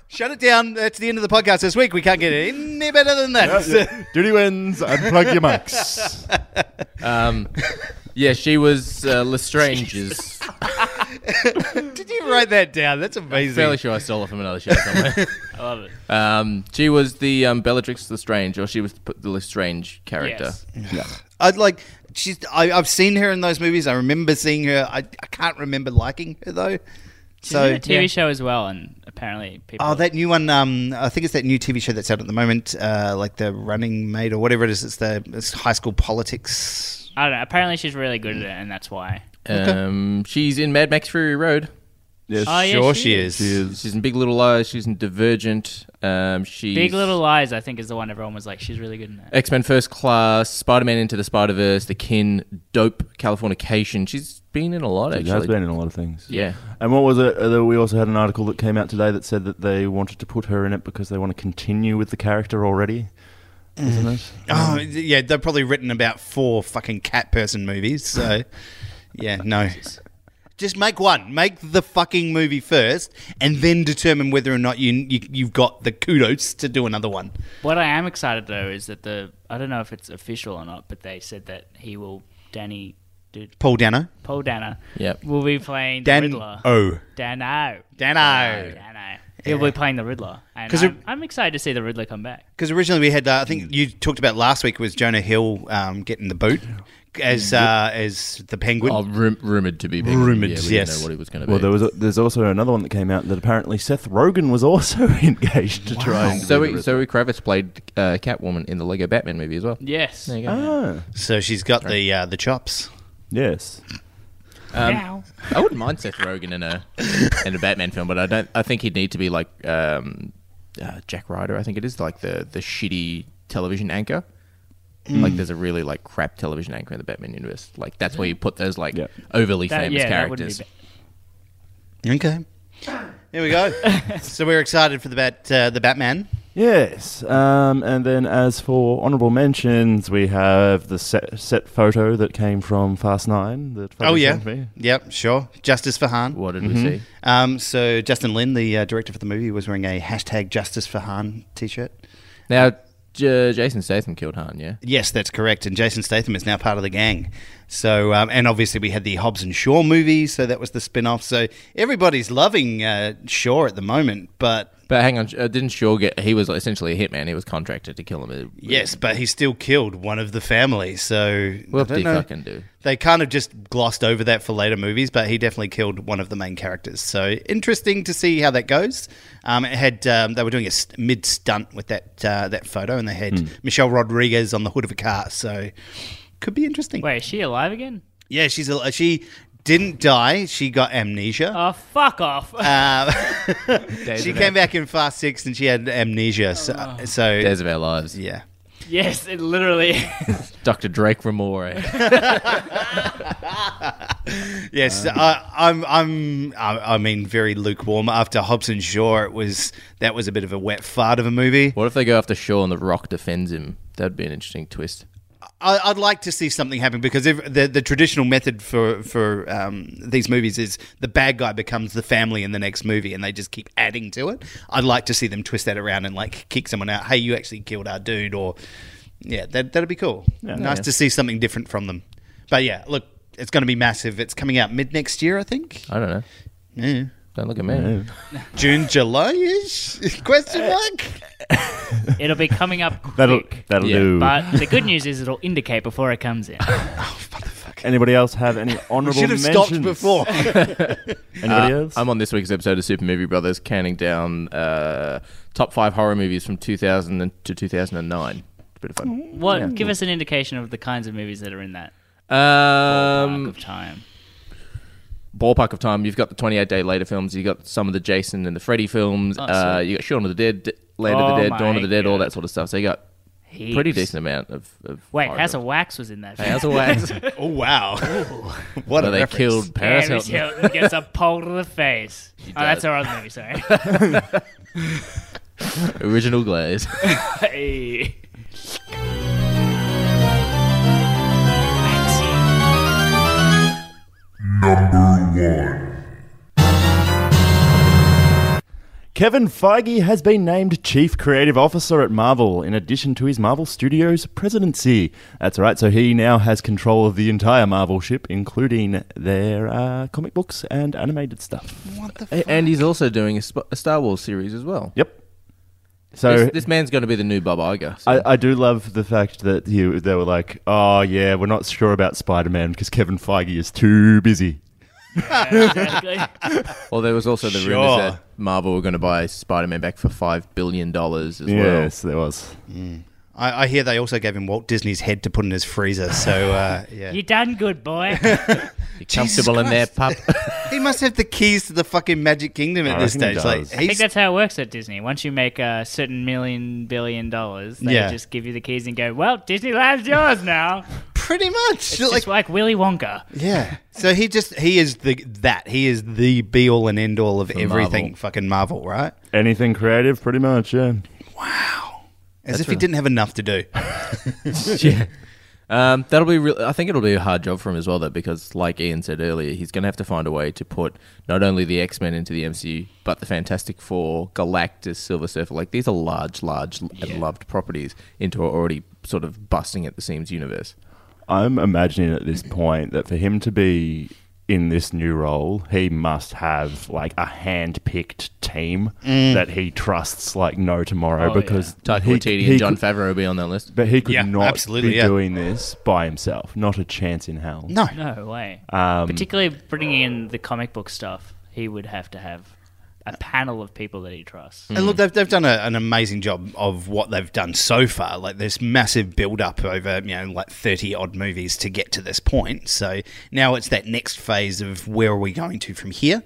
Speaker 4: Shut it down. That's the end of the podcast this week. We can't get any better than that.
Speaker 2: Duty wins. Unplug your *laughs* mics.
Speaker 5: Um, yeah, she was uh, *laughs* Lestrange's.
Speaker 4: *laughs* Did you write that down? That's
Speaker 5: Fairly
Speaker 4: amazing.
Speaker 5: sure I stole it from another show somewhere.
Speaker 1: I love it.
Speaker 5: *laughs* um, she was the um, Bellatrix Lestrange, or she was p- the Lestrange character.
Speaker 1: Yes.
Speaker 4: Mm. I'd like. She's. I, I've seen her in those movies. I remember seeing her. I, I can't remember liking her though.
Speaker 1: She's so, in a TV
Speaker 4: yeah.
Speaker 1: show as well, and apparently people.
Speaker 4: Oh, that new one. Um, I think it's that new TV show that's out at the moment, uh, like the Running Mate or whatever it is. It's the it's high school politics.
Speaker 1: I don't know. Apparently, she's really good at it, and that's why.
Speaker 5: Um, she's in Mad Max Fury Road.
Speaker 1: Oh, yeah,
Speaker 4: sure,
Speaker 1: she
Speaker 4: she
Speaker 1: is.
Speaker 4: is.
Speaker 5: She's in Big Little Lies. She's in Divergent. Um, she's
Speaker 1: Big Little Lies, I think, is the one everyone was like, she's really good in that.
Speaker 5: X Men First Class, Spider Man Into the Spider Verse, The Kin, Dope, Californication. She's been in a lot,
Speaker 2: It
Speaker 5: actually.
Speaker 2: has been in a lot of things.
Speaker 5: Yeah.
Speaker 2: And what was it? Uh, we also had an article that came out today that said that they wanted to put her in it because they want to continue with the character already. Isn't it?
Speaker 5: Mm.
Speaker 4: Oh, yeah. They've probably written about four fucking cat person movies. *laughs* So, yeah, no. Just make one. Make the fucking movie first, and then determine whether or not you, you you've got the kudos to do another one.
Speaker 1: What I am excited though is that the I don't know if it's official or not, but they said that he will Danny dude,
Speaker 4: Paul Dano.
Speaker 1: Paul Dano
Speaker 5: Yep.
Speaker 1: will be playing
Speaker 4: Dan
Speaker 1: the Riddler.
Speaker 4: O.
Speaker 1: Dano.
Speaker 4: Dano.
Speaker 1: Dano. He'll be playing the Riddler. And
Speaker 4: 'Cause
Speaker 1: I'm,
Speaker 4: it-
Speaker 1: I'm excited to see the Riddler come back.
Speaker 4: Because originally we had, uh, I think you talked about last week was Jonah Hill um, getting the boot as uh, as the Penguin.
Speaker 5: Oh, rum- rumored to be. Penguin.
Speaker 4: Rumored,
Speaker 5: yeah, we
Speaker 4: yes.
Speaker 5: Didn't know what it was going to be.
Speaker 2: Well, there was. A, there's also another one that came out that apparently Seth Rogen was also *laughs* engaged to try and.
Speaker 5: Zoe, Zoe Kravitz played uh, Catwoman in the Lego Batman movie as well.
Speaker 1: Yes.
Speaker 5: There
Speaker 2: *laughs*
Speaker 5: you go.
Speaker 2: Ah,
Speaker 4: so she's got the uh, the chops.
Speaker 2: yes.
Speaker 1: now.
Speaker 5: I wouldn't mind Seth Rogen in a in a Batman film, but I don't. I think he'd need to be like um, uh, Jack Ryder. I think it is like the the shitty television anchor.
Speaker 1: Mm.
Speaker 5: Like there's a really like crap television anchor in the Batman universe. Like that's where you put those like
Speaker 2: Yeah.
Speaker 5: overly
Speaker 1: That,
Speaker 5: famous
Speaker 1: yeah, that wouldn't be bad.
Speaker 5: characters.
Speaker 4: Okay. Here we go. so we're excited for the bat uh, the Batman.
Speaker 2: Yes, um, and then as for honourable mentions, we have the set, set photo that came from Fast Nine. That Fabi
Speaker 4: Oh yeah.
Speaker 2: sent me.
Speaker 4: Yep. Sure. Justice for Han.
Speaker 5: What did
Speaker 2: Mm-hmm.
Speaker 5: we see?
Speaker 4: Um, so Justin Lin, the uh, director for the movie, was wearing a hashtag Justice for Han T-shirt.
Speaker 5: Now J- Jason Statham killed Han. Yeah.
Speaker 4: Yes, that's correct. And Jason Statham is now part of the gang. So, um, and obviously we had the Hobbs and Shaw movie, so that was the spin-off. So everybody's loving uh, Shaw at the moment, but
Speaker 5: But hang on, uh, didn't Shaw get? He was essentially a hitman. He was contracted to kill him.
Speaker 4: yes, but he still killed one of the family. So
Speaker 5: What
Speaker 4: I
Speaker 5: did he
Speaker 4: don't know.
Speaker 5: fucking do?
Speaker 4: They kind of just glossed over that for later movies, but he definitely killed one of the main characters. So interesting to see how that goes. Um, it had um, they were doing a st- mid stunt with that uh, that photo, and they had Michelle Rodriguez on the hood of a car. So could be interesting.
Speaker 1: Wait, is she alive again?
Speaker 4: Yeah, she's a, she didn't die. She got amnesia.
Speaker 1: Oh, fuck off.
Speaker 4: Uh, she came back in Fast Six and she had amnesia. So, so
Speaker 5: Days of Our Lives.
Speaker 4: yeah.
Speaker 1: *laughs* Yes, it literally.
Speaker 5: Dr. Drake Ramore.
Speaker 4: Yes, I, I'm. I'm. I, I mean, very lukewarm. After Hobson Shaw, it was that was a bit of a wet fart of a movie.
Speaker 5: *laughs* what if they go after Shaw and The Rock defends him? That'd be an interesting twist.
Speaker 4: I, I'd like to see something happen because if the the traditional method for for um, these movies is the bad guy becomes the family in the next movie, and they just keep adding to it. I'd like to see them twist that around and like kick someone out. Hey, you actually killed our dude, or yeah, that that'd be cool. nice to see something different from them. But yeah, look, it's going to be massive. It's coming out mid next year, I think.
Speaker 5: I don't know.
Speaker 4: Yeah.
Speaker 5: Don't look at me.
Speaker 4: June, July ish? *laughs* Question mark.
Speaker 1: It'll be coming up
Speaker 5: *laughs*
Speaker 1: quick.
Speaker 2: That'll that'll
Speaker 5: Yeah.
Speaker 2: do.
Speaker 1: but the good news is it'll indicate before it comes in.
Speaker 2: Anybody else have any honourable
Speaker 4: Should have
Speaker 2: mentions?
Speaker 4: stopped *laughs* before.
Speaker 2: Anybody else?
Speaker 5: I'm on this week's episode of Super Movie Brothers, counting down uh, top five horror movies from 2000 and- to 2009. Bit of fun.
Speaker 1: What? Give us an indication of the kinds of movies that are in that
Speaker 4: Oh,
Speaker 1: arc
Speaker 5: Um,
Speaker 1: of time.
Speaker 5: ballpark of time. You've got the 28 Day Later films. You've got some of the Jason and the Freddy films. uh,
Speaker 1: Oh, sweet.
Speaker 5: you got Shaun of the Dead, D- Land
Speaker 1: Oh
Speaker 5: of the Dead, Dawn
Speaker 1: my
Speaker 5: of the Dead, all
Speaker 1: God.
Speaker 5: that sort of stuff. So you got
Speaker 1: Heaps.
Speaker 5: pretty decent amount of. of
Speaker 1: Wait,
Speaker 5: horror
Speaker 1: House of
Speaker 5: films.
Speaker 1: Wax was in that.
Speaker 5: Hey, House of Wax.
Speaker 1: *laughs*
Speaker 4: oh wow! what
Speaker 5: Where
Speaker 4: a
Speaker 5: they
Speaker 4: reference.
Speaker 5: killed Paris
Speaker 1: Paris
Speaker 5: Hilton.
Speaker 1: Hilton gets a pole to the
Speaker 5: *laughs*
Speaker 1: face. Oh, that's
Speaker 5: does.
Speaker 1: our other movie.
Speaker 5: *laughs*
Speaker 1: Sorry.
Speaker 5: Original
Speaker 1: *laughs*
Speaker 5: Glaze.
Speaker 1: hey. *laughs*
Speaker 7: Number
Speaker 2: Kevin Feige has been named Chief Creative Officer at Marvel in addition to his Marvel Studios presidency. That's right, so he now has control of the entire Marvel ship, including their uh, comic books and animated stuff.
Speaker 5: A- and he's also doing a, sp- a Star Wars series as well.
Speaker 2: Yep. So.
Speaker 5: this, this man's going to be the new Bob Iger. so-
Speaker 2: I, I do love the fact that you, they were like, oh, yeah, we're not sure about Spider Man because Kevin Feige is too busy.
Speaker 5: well, there was also the
Speaker 4: Sure.
Speaker 5: rumors that Marvel were going to buy Spider Man back for $5 billion as well.
Speaker 2: Yes, there was.
Speaker 4: I, I hear they also gave him Walt Disney's head to put in his freezer. So *laughs* uh, yeah,
Speaker 1: You done good, boy.
Speaker 5: You're
Speaker 4: Jesus
Speaker 5: comfortable in there, pup. *laughs*
Speaker 4: he must have the keys to the fucking Magic Kingdom at
Speaker 2: I
Speaker 4: this
Speaker 2: reckon he
Speaker 4: stage. Like
Speaker 2: does.
Speaker 1: I think
Speaker 4: he's,
Speaker 1: that's how it works at Disney. Once you make a certain million billion dollars, they
Speaker 4: Yeah.
Speaker 1: just give you the keys and go, "Well, Disneyland's yours now."
Speaker 4: pretty much
Speaker 1: It's
Speaker 4: like
Speaker 1: just like Willy Wonka.
Speaker 4: yeah. *laughs* So he just he is the that he is the be all and end all of everything
Speaker 5: Marvel.
Speaker 4: fucking Marvel, right?
Speaker 2: Anything creative, pretty much, yeah.
Speaker 4: As if he didn't have enough to *laughs* do.
Speaker 5: *laughs* yeah. Um, that'll be. Real, I think it'll be a hard job for him as well, though, because like Ian said earlier, he's going to have to find a way to put not only the X Men into the MCU, but the Fantastic Four, Galactus, Silver Surfer. Like these are large, large, and loved properties into an already sort of busting at the seams universe.
Speaker 2: I'm imagining at this point that for him to be in this new role, he must have like a hand-picked team
Speaker 4: Mm.
Speaker 2: that he trusts like no tomorrow
Speaker 1: Oh,
Speaker 2: because
Speaker 5: Taika
Speaker 2: he,
Speaker 5: Waititi
Speaker 2: he
Speaker 5: and John
Speaker 2: could-
Speaker 5: Favreau will be on that list.
Speaker 2: but he could
Speaker 4: Yeah,
Speaker 2: not
Speaker 4: absolutely,
Speaker 2: be
Speaker 4: yeah.
Speaker 2: doing this by himself. Not a chance in hell.
Speaker 4: No,
Speaker 1: No way. Particularly bringing in the comic book stuff, he would have to have a panel of people that he trusts.
Speaker 4: And look, they've, they've done a, an amazing job of what they've done so far. Like this massive build up over you know like thirty odd movies to get to this point. So now it's that next phase of where are we going to from here.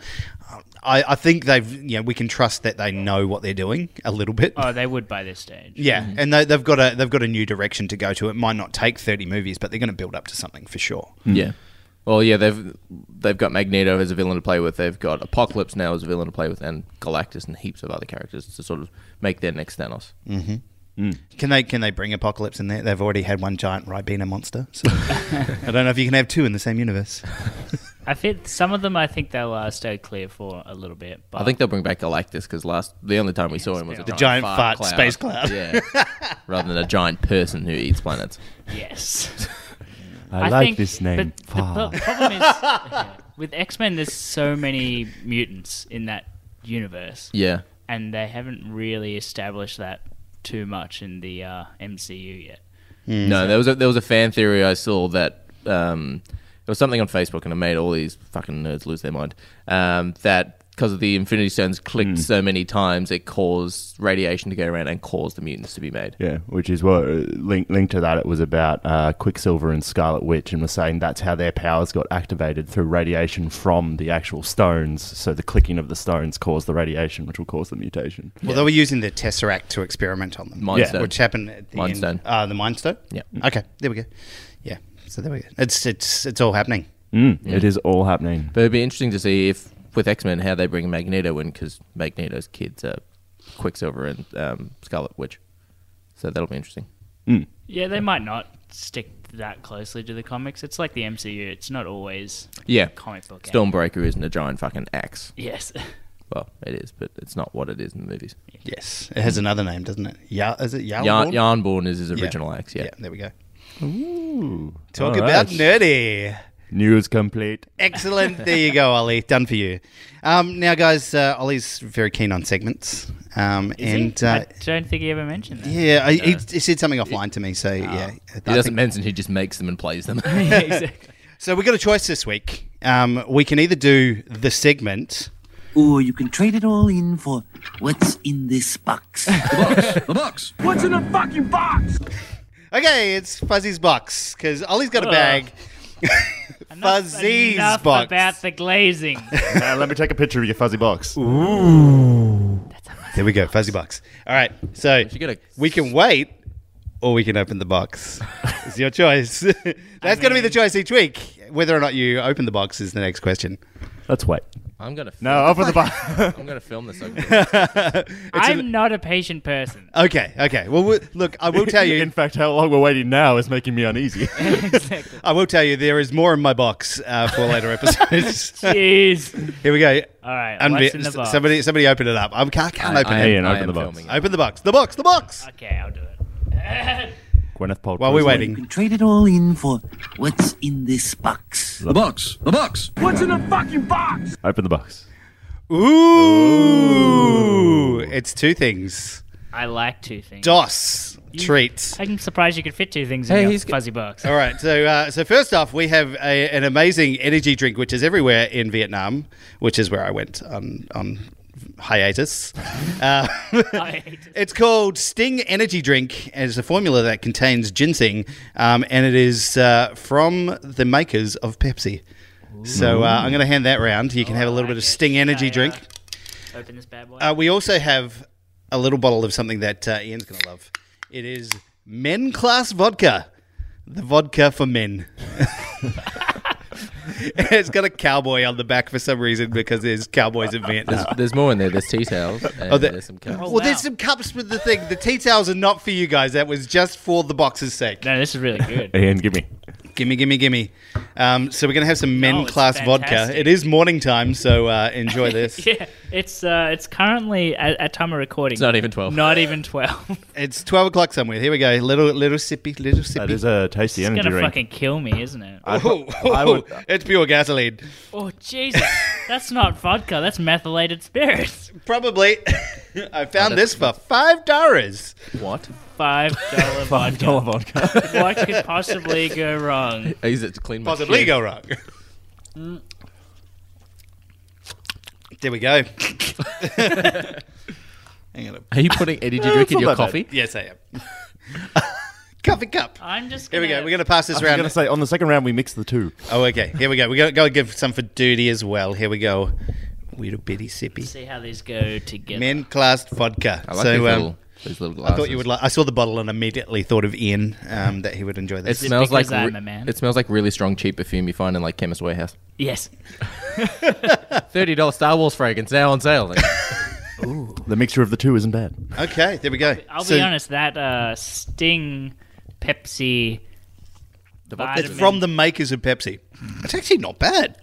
Speaker 4: Uh, I, I think they've you know we can trust that they know what they're doing a little bit.
Speaker 1: Oh, they would by this stage.
Speaker 4: yeah, and they, they've got a they've got a new direction to go to. It might not take thirty movies, but they're going to build up to something for sure.
Speaker 5: Yeah. Well, yeah, they've they've got Magneto as a villain to play with. They've got Apocalypse now as a villain to play with, and Galactus and heaps of other characters to sort of make their next Thanos.
Speaker 4: Can they can they bring Apocalypse in there? They've already had one giant Ribena monster. So I don't know if you can have two in the same universe.
Speaker 1: I think some of them I think they'll uh, stay clear for a little bit. But
Speaker 5: I think they'll bring back Galactus because last the only time we saw him was a
Speaker 1: The
Speaker 4: giant fart space cloud. *laughs*
Speaker 5: yeah, rather than a giant person who eats planets.
Speaker 1: yes.
Speaker 2: I, like
Speaker 1: think-
Speaker 2: this name.
Speaker 1: But the pro-
Speaker 2: Fuck.
Speaker 1: problem is yeah, with X Men, there's so many mutants in that universe,
Speaker 5: Yeah,
Speaker 1: and they haven't really established that too much in the uh, MCU yet.
Speaker 4: Mm.
Speaker 5: no, there was a, there was a fan theory I saw that um, there was something on Facebook and it made all these fucking nerds lose their mind um, that because of the Infinity Stones clicked
Speaker 4: Mm.
Speaker 5: so many times, it caused radiation to go around and caused the mutants to be made.
Speaker 2: Yeah, which is what uh, link, linked to that. It was about uh, Quicksilver and Scarlet Witch, and was saying that's how their powers got activated through radiation from the actual stones. So the clicking of the stones caused the radiation, which will cause the mutation.
Speaker 4: Well, they were using the Tesseract to experiment on them.
Speaker 5: Mind
Speaker 2: Yeah.
Speaker 5: Stone.
Speaker 4: Which happened at the
Speaker 5: Mind
Speaker 4: end.
Speaker 5: Stone.
Speaker 4: Uh, the Mind Stone?
Speaker 5: Yeah.
Speaker 4: Okay, there we go. Yeah, so there we go. It's, it's, it's all happening.
Speaker 2: Mm, It is all happening.
Speaker 5: But it'd be interesting to see if with X Men how they bring Magneto in because Magneto's kids are Quicksilver and um, Scarlet Witch, so that'll be interesting.
Speaker 1: Yeah, they might not stick that closely to the comics. It's like the MCU. It's not always
Speaker 5: Yeah,
Speaker 1: comic book. anime.
Speaker 5: Stormbreaker isn't a giant fucking axe.
Speaker 1: Yes.
Speaker 5: Well, it is, but it's not what it is in the movies.
Speaker 4: Yes. It has another name, doesn't it? Ya- is it Yarn?
Speaker 5: Yarn, Yarnborn is his original axe. Yeah.
Speaker 4: there we go.
Speaker 2: Ooh,
Speaker 4: Talk
Speaker 2: all
Speaker 4: about
Speaker 2: right.
Speaker 4: nerdy.
Speaker 2: news complete.
Speaker 4: Excellent. There you go, Ollie. Done for you. Um, now, guys, uh, Ollie's very keen on segments. Um,
Speaker 1: Is he?
Speaker 4: and Uh,
Speaker 1: I don't think he ever mentioned that.
Speaker 4: yeah, I, he, he said something offline to me. So yeah, I
Speaker 5: Ah. He doesn't
Speaker 4: think-
Speaker 5: mention he just makes them and plays them. *laughs*
Speaker 1: Yeah, exactly.
Speaker 4: so we got a choice this week. Um, we can either do the segment.
Speaker 8: Or you can trade it all in for what's in this box.
Speaker 4: Okay, it's Fuzzy's box because Ollie's got a
Speaker 1: Ugh.
Speaker 4: bag.
Speaker 1: *laughs* Enough-
Speaker 4: Fuzzy's
Speaker 1: enough
Speaker 4: box.
Speaker 1: about the glazing.
Speaker 2: now let me take a picture of your fuzzy box.
Speaker 4: There we go, Fuzzy box. All right, so
Speaker 5: you gotta-
Speaker 4: we can wait or we can open the
Speaker 1: *laughs*
Speaker 4: box. it's your choice. *laughs* That's going to be the choice each week. Whether or not you open the box is the next question. *laughs*
Speaker 2: Let's wait.
Speaker 5: I'm gonna. Film,
Speaker 2: No, open the box. *laughs*
Speaker 5: I'm gonna film
Speaker 4: *laughs*
Speaker 5: this. Over.
Speaker 1: I'm not a patient person.
Speaker 4: Okay, okay. Well, we, look, I will tell
Speaker 1: *laughs*
Speaker 2: In
Speaker 4: you.
Speaker 2: fact, how long we're waiting now is making me uneasy.
Speaker 1: exactly.
Speaker 4: I will tell you. There is more in my box uh,
Speaker 1: *laughs*
Speaker 4: for later episodes. *laughs*
Speaker 1: Jeez.
Speaker 4: Here we go.
Speaker 1: All right.
Speaker 4: Unve-
Speaker 1: Uh, what's in the box?
Speaker 4: Somebody, somebody, open it up. I can't, can't open
Speaker 2: I-
Speaker 4: it.
Speaker 2: Ian, open the box.
Speaker 5: filming it.
Speaker 4: Open the box. The box. The box.
Speaker 1: Okay, I'll do it.
Speaker 2: *laughs*
Speaker 1: *laughs*
Speaker 2: Gwyneth Paltrow.
Speaker 4: While we're waiting.
Speaker 8: can trade it all in for what's in this box.
Speaker 2: Open the box.
Speaker 4: Ooh! It's two things.
Speaker 1: I like two things.
Speaker 4: DOS treats.
Speaker 1: I'm surprised you could fit two things
Speaker 5: Hey,
Speaker 1: in your
Speaker 5: he's got-
Speaker 1: fuzzy box.
Speaker 4: All right, so uh, so first off, we have a, an amazing energy drink which is everywhere in Vietnam, which is where I went on on
Speaker 1: *laughs*
Speaker 4: hiatus. Uh,
Speaker 1: Hiatus.
Speaker 4: it's called Sting Energy Drink, and it's a formula that contains ginseng, um, and it is uh, from the makers of Pepsi. So uh, I'm going to hand that round. You can have a little bit of
Speaker 1: Okay.
Speaker 4: Sting Energy
Speaker 1: Yeah,
Speaker 4: drink.
Speaker 1: yeah. Open this bad boy.
Speaker 4: Uh, we also have a little bottle of something that uh, Ian's going to love. It is Men Class Vodka, the vodka for men. *laughs* it's got a cowboy on the back for some reason because there's cowboys in Vietnam.
Speaker 5: There's more in there. There's tea towels. And
Speaker 4: there-
Speaker 5: there's some cups.
Speaker 4: well,
Speaker 1: Oh, wow.
Speaker 4: there's some cups with the thing. The tea towels are not for you guys. That was just for the box's sake.
Speaker 1: no, this is really good.
Speaker 2: Ian, give me.
Speaker 4: Gimme, gimme, gimme. Um, so we're going to have some men
Speaker 1: Oh, it's
Speaker 4: class vodka.
Speaker 1: fantastic.
Speaker 4: It is morning time, so uh, enjoy this.
Speaker 1: *laughs* yeah, it's uh, it's currently at, at time of recording.
Speaker 5: It's not even twelve.
Speaker 1: Not even
Speaker 5: *laughs*
Speaker 1: twelve. it's
Speaker 4: It's 12 o'clock somewhere. Here we go. Little little sippy, little sippy.
Speaker 2: That is a tasty energy
Speaker 1: gonna
Speaker 2: drink. Uh,
Speaker 1: fucking kill me, isn't it?
Speaker 2: I'd
Speaker 4: Oh,
Speaker 2: put- I would.
Speaker 4: it's pure gasoline.
Speaker 1: Oh Jesus, that's not vodka. That's methylated spirits.
Speaker 4: Probably. *laughs* I found this for five dollars.
Speaker 5: What?
Speaker 2: *laughs*
Speaker 1: Five dollar vodka.
Speaker 2: Dollar
Speaker 5: *laughs*
Speaker 2: vodka.
Speaker 1: What could possibly go
Speaker 2: *laughs*
Speaker 1: wrong?
Speaker 5: I use it to clean my
Speaker 4: Possibly
Speaker 5: shit.
Speaker 4: go wrong. There we go. Hang on. a-
Speaker 5: Are you putting energy drink in
Speaker 2: not
Speaker 5: your
Speaker 2: that bad.
Speaker 5: coffee?
Speaker 4: uh, Yes, I am. *laughs* Coffee cup.
Speaker 1: I'm just.
Speaker 4: Here
Speaker 1: Gonna,
Speaker 4: we go. We're going to pass
Speaker 2: I
Speaker 4: this
Speaker 2: was going
Speaker 4: round.
Speaker 2: to say, on the second round, we mix the two.
Speaker 4: Oh, okay. Here we go. We're going to go and give some for duty as well. Here we go. Little bitty sippy.
Speaker 1: see how these go together.
Speaker 4: Men classed vodka.
Speaker 5: I like
Speaker 4: so,
Speaker 5: these,
Speaker 4: um,
Speaker 5: little, these little glasses.
Speaker 4: I thought you would like. I saw the bottle and immediately thought of Ian um, that he would enjoy
Speaker 5: It
Speaker 4: this.
Speaker 5: smells like
Speaker 1: because I'm
Speaker 5: re-
Speaker 1: a man?
Speaker 5: it smells like really strong cheap perfume you find in like Chemist Warehouse.
Speaker 1: Yes.
Speaker 5: Thirty dollar Star Wars fragrance now on *laughs* sale.
Speaker 2: The mixture of the two isn't bad.
Speaker 4: Okay, there we go.
Speaker 1: I'll
Speaker 4: So-
Speaker 1: be honest. That uh, Sting, Pepsi.
Speaker 4: It's
Speaker 1: vitamin-
Speaker 4: from the makers of Pepsi. It's actually not bad.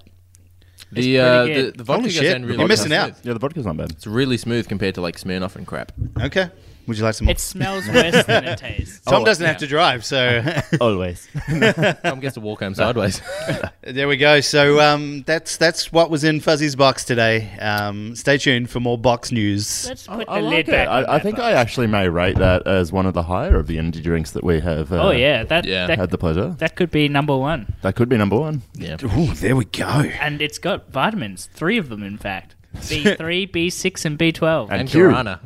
Speaker 5: the, uh,
Speaker 1: pretty
Speaker 5: the
Speaker 1: good.
Speaker 5: the vodka
Speaker 4: Holy
Speaker 5: goes
Speaker 4: shit.
Speaker 5: down really
Speaker 4: You're missing
Speaker 5: smooth.
Speaker 4: out.
Speaker 2: Yeah, the vodka's not bad.
Speaker 5: It's really smooth compared to like Smirnoff and crap.
Speaker 4: Okay. Would you like some more? Oh,
Speaker 1: It smells worse than
Speaker 2: *laughs*
Speaker 1: it tastes.
Speaker 4: Tom doesn't have to drive, so *laughs*
Speaker 2: Always.
Speaker 5: Tom gets to walk *laughs* home sideways.
Speaker 4: there we go. So um, that's that's what was in Fuzzy's box today. Um, stay tuned for more box news.
Speaker 1: Let's put
Speaker 2: Oh, I
Speaker 1: the
Speaker 2: like
Speaker 1: lid
Speaker 2: it.
Speaker 1: back. on
Speaker 2: I, I
Speaker 1: that
Speaker 2: think
Speaker 1: box.
Speaker 2: I actually may rate that as one of the higher of the energy drinks that we have. Uh,
Speaker 1: Oh yeah, that
Speaker 5: Yeah.
Speaker 1: that,
Speaker 2: Had the pleasure.
Speaker 1: that could be number one,
Speaker 2: That could be number one.
Speaker 5: yeah.
Speaker 4: Oh, there we go.
Speaker 5: *laughs*
Speaker 1: and it's got vitamins, three of them in fact. B3, B6, and B12.
Speaker 5: and
Speaker 2: Q.
Speaker 5: Kirana.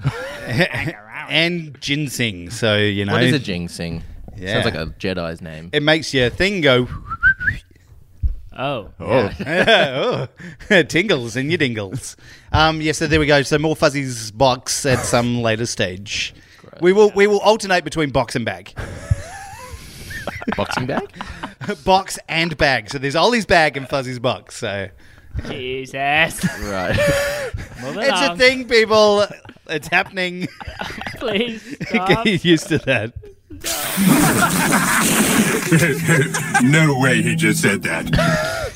Speaker 4: and ginseng. So you know,
Speaker 5: What is a Jing Sing?
Speaker 4: Yeah.
Speaker 5: Sounds like a Jedi's name.
Speaker 4: it makes your thing go *laughs*
Speaker 1: oh.
Speaker 2: Oh,
Speaker 4: oh, *laughs* tingles in your dingles. Um, yeah, so there we go. So more fuzzies box at some later stage. We will we will alternate between box and bag,
Speaker 5: Boxing bag?
Speaker 4: box and bag. So there's Ollie's bag and Fuzzy's box. So
Speaker 5: *laughs*
Speaker 1: Jesus.
Speaker 5: right.
Speaker 1: Move
Speaker 4: it's a
Speaker 5: *laughs*
Speaker 1: along,
Speaker 4: thing, people. *laughs* It's happening.
Speaker 5: *laughs*
Speaker 4: Um,
Speaker 1: Please Oh,
Speaker 4: *laughs*
Speaker 1: stop.
Speaker 4: Get used to that.
Speaker 7: No way he just said that.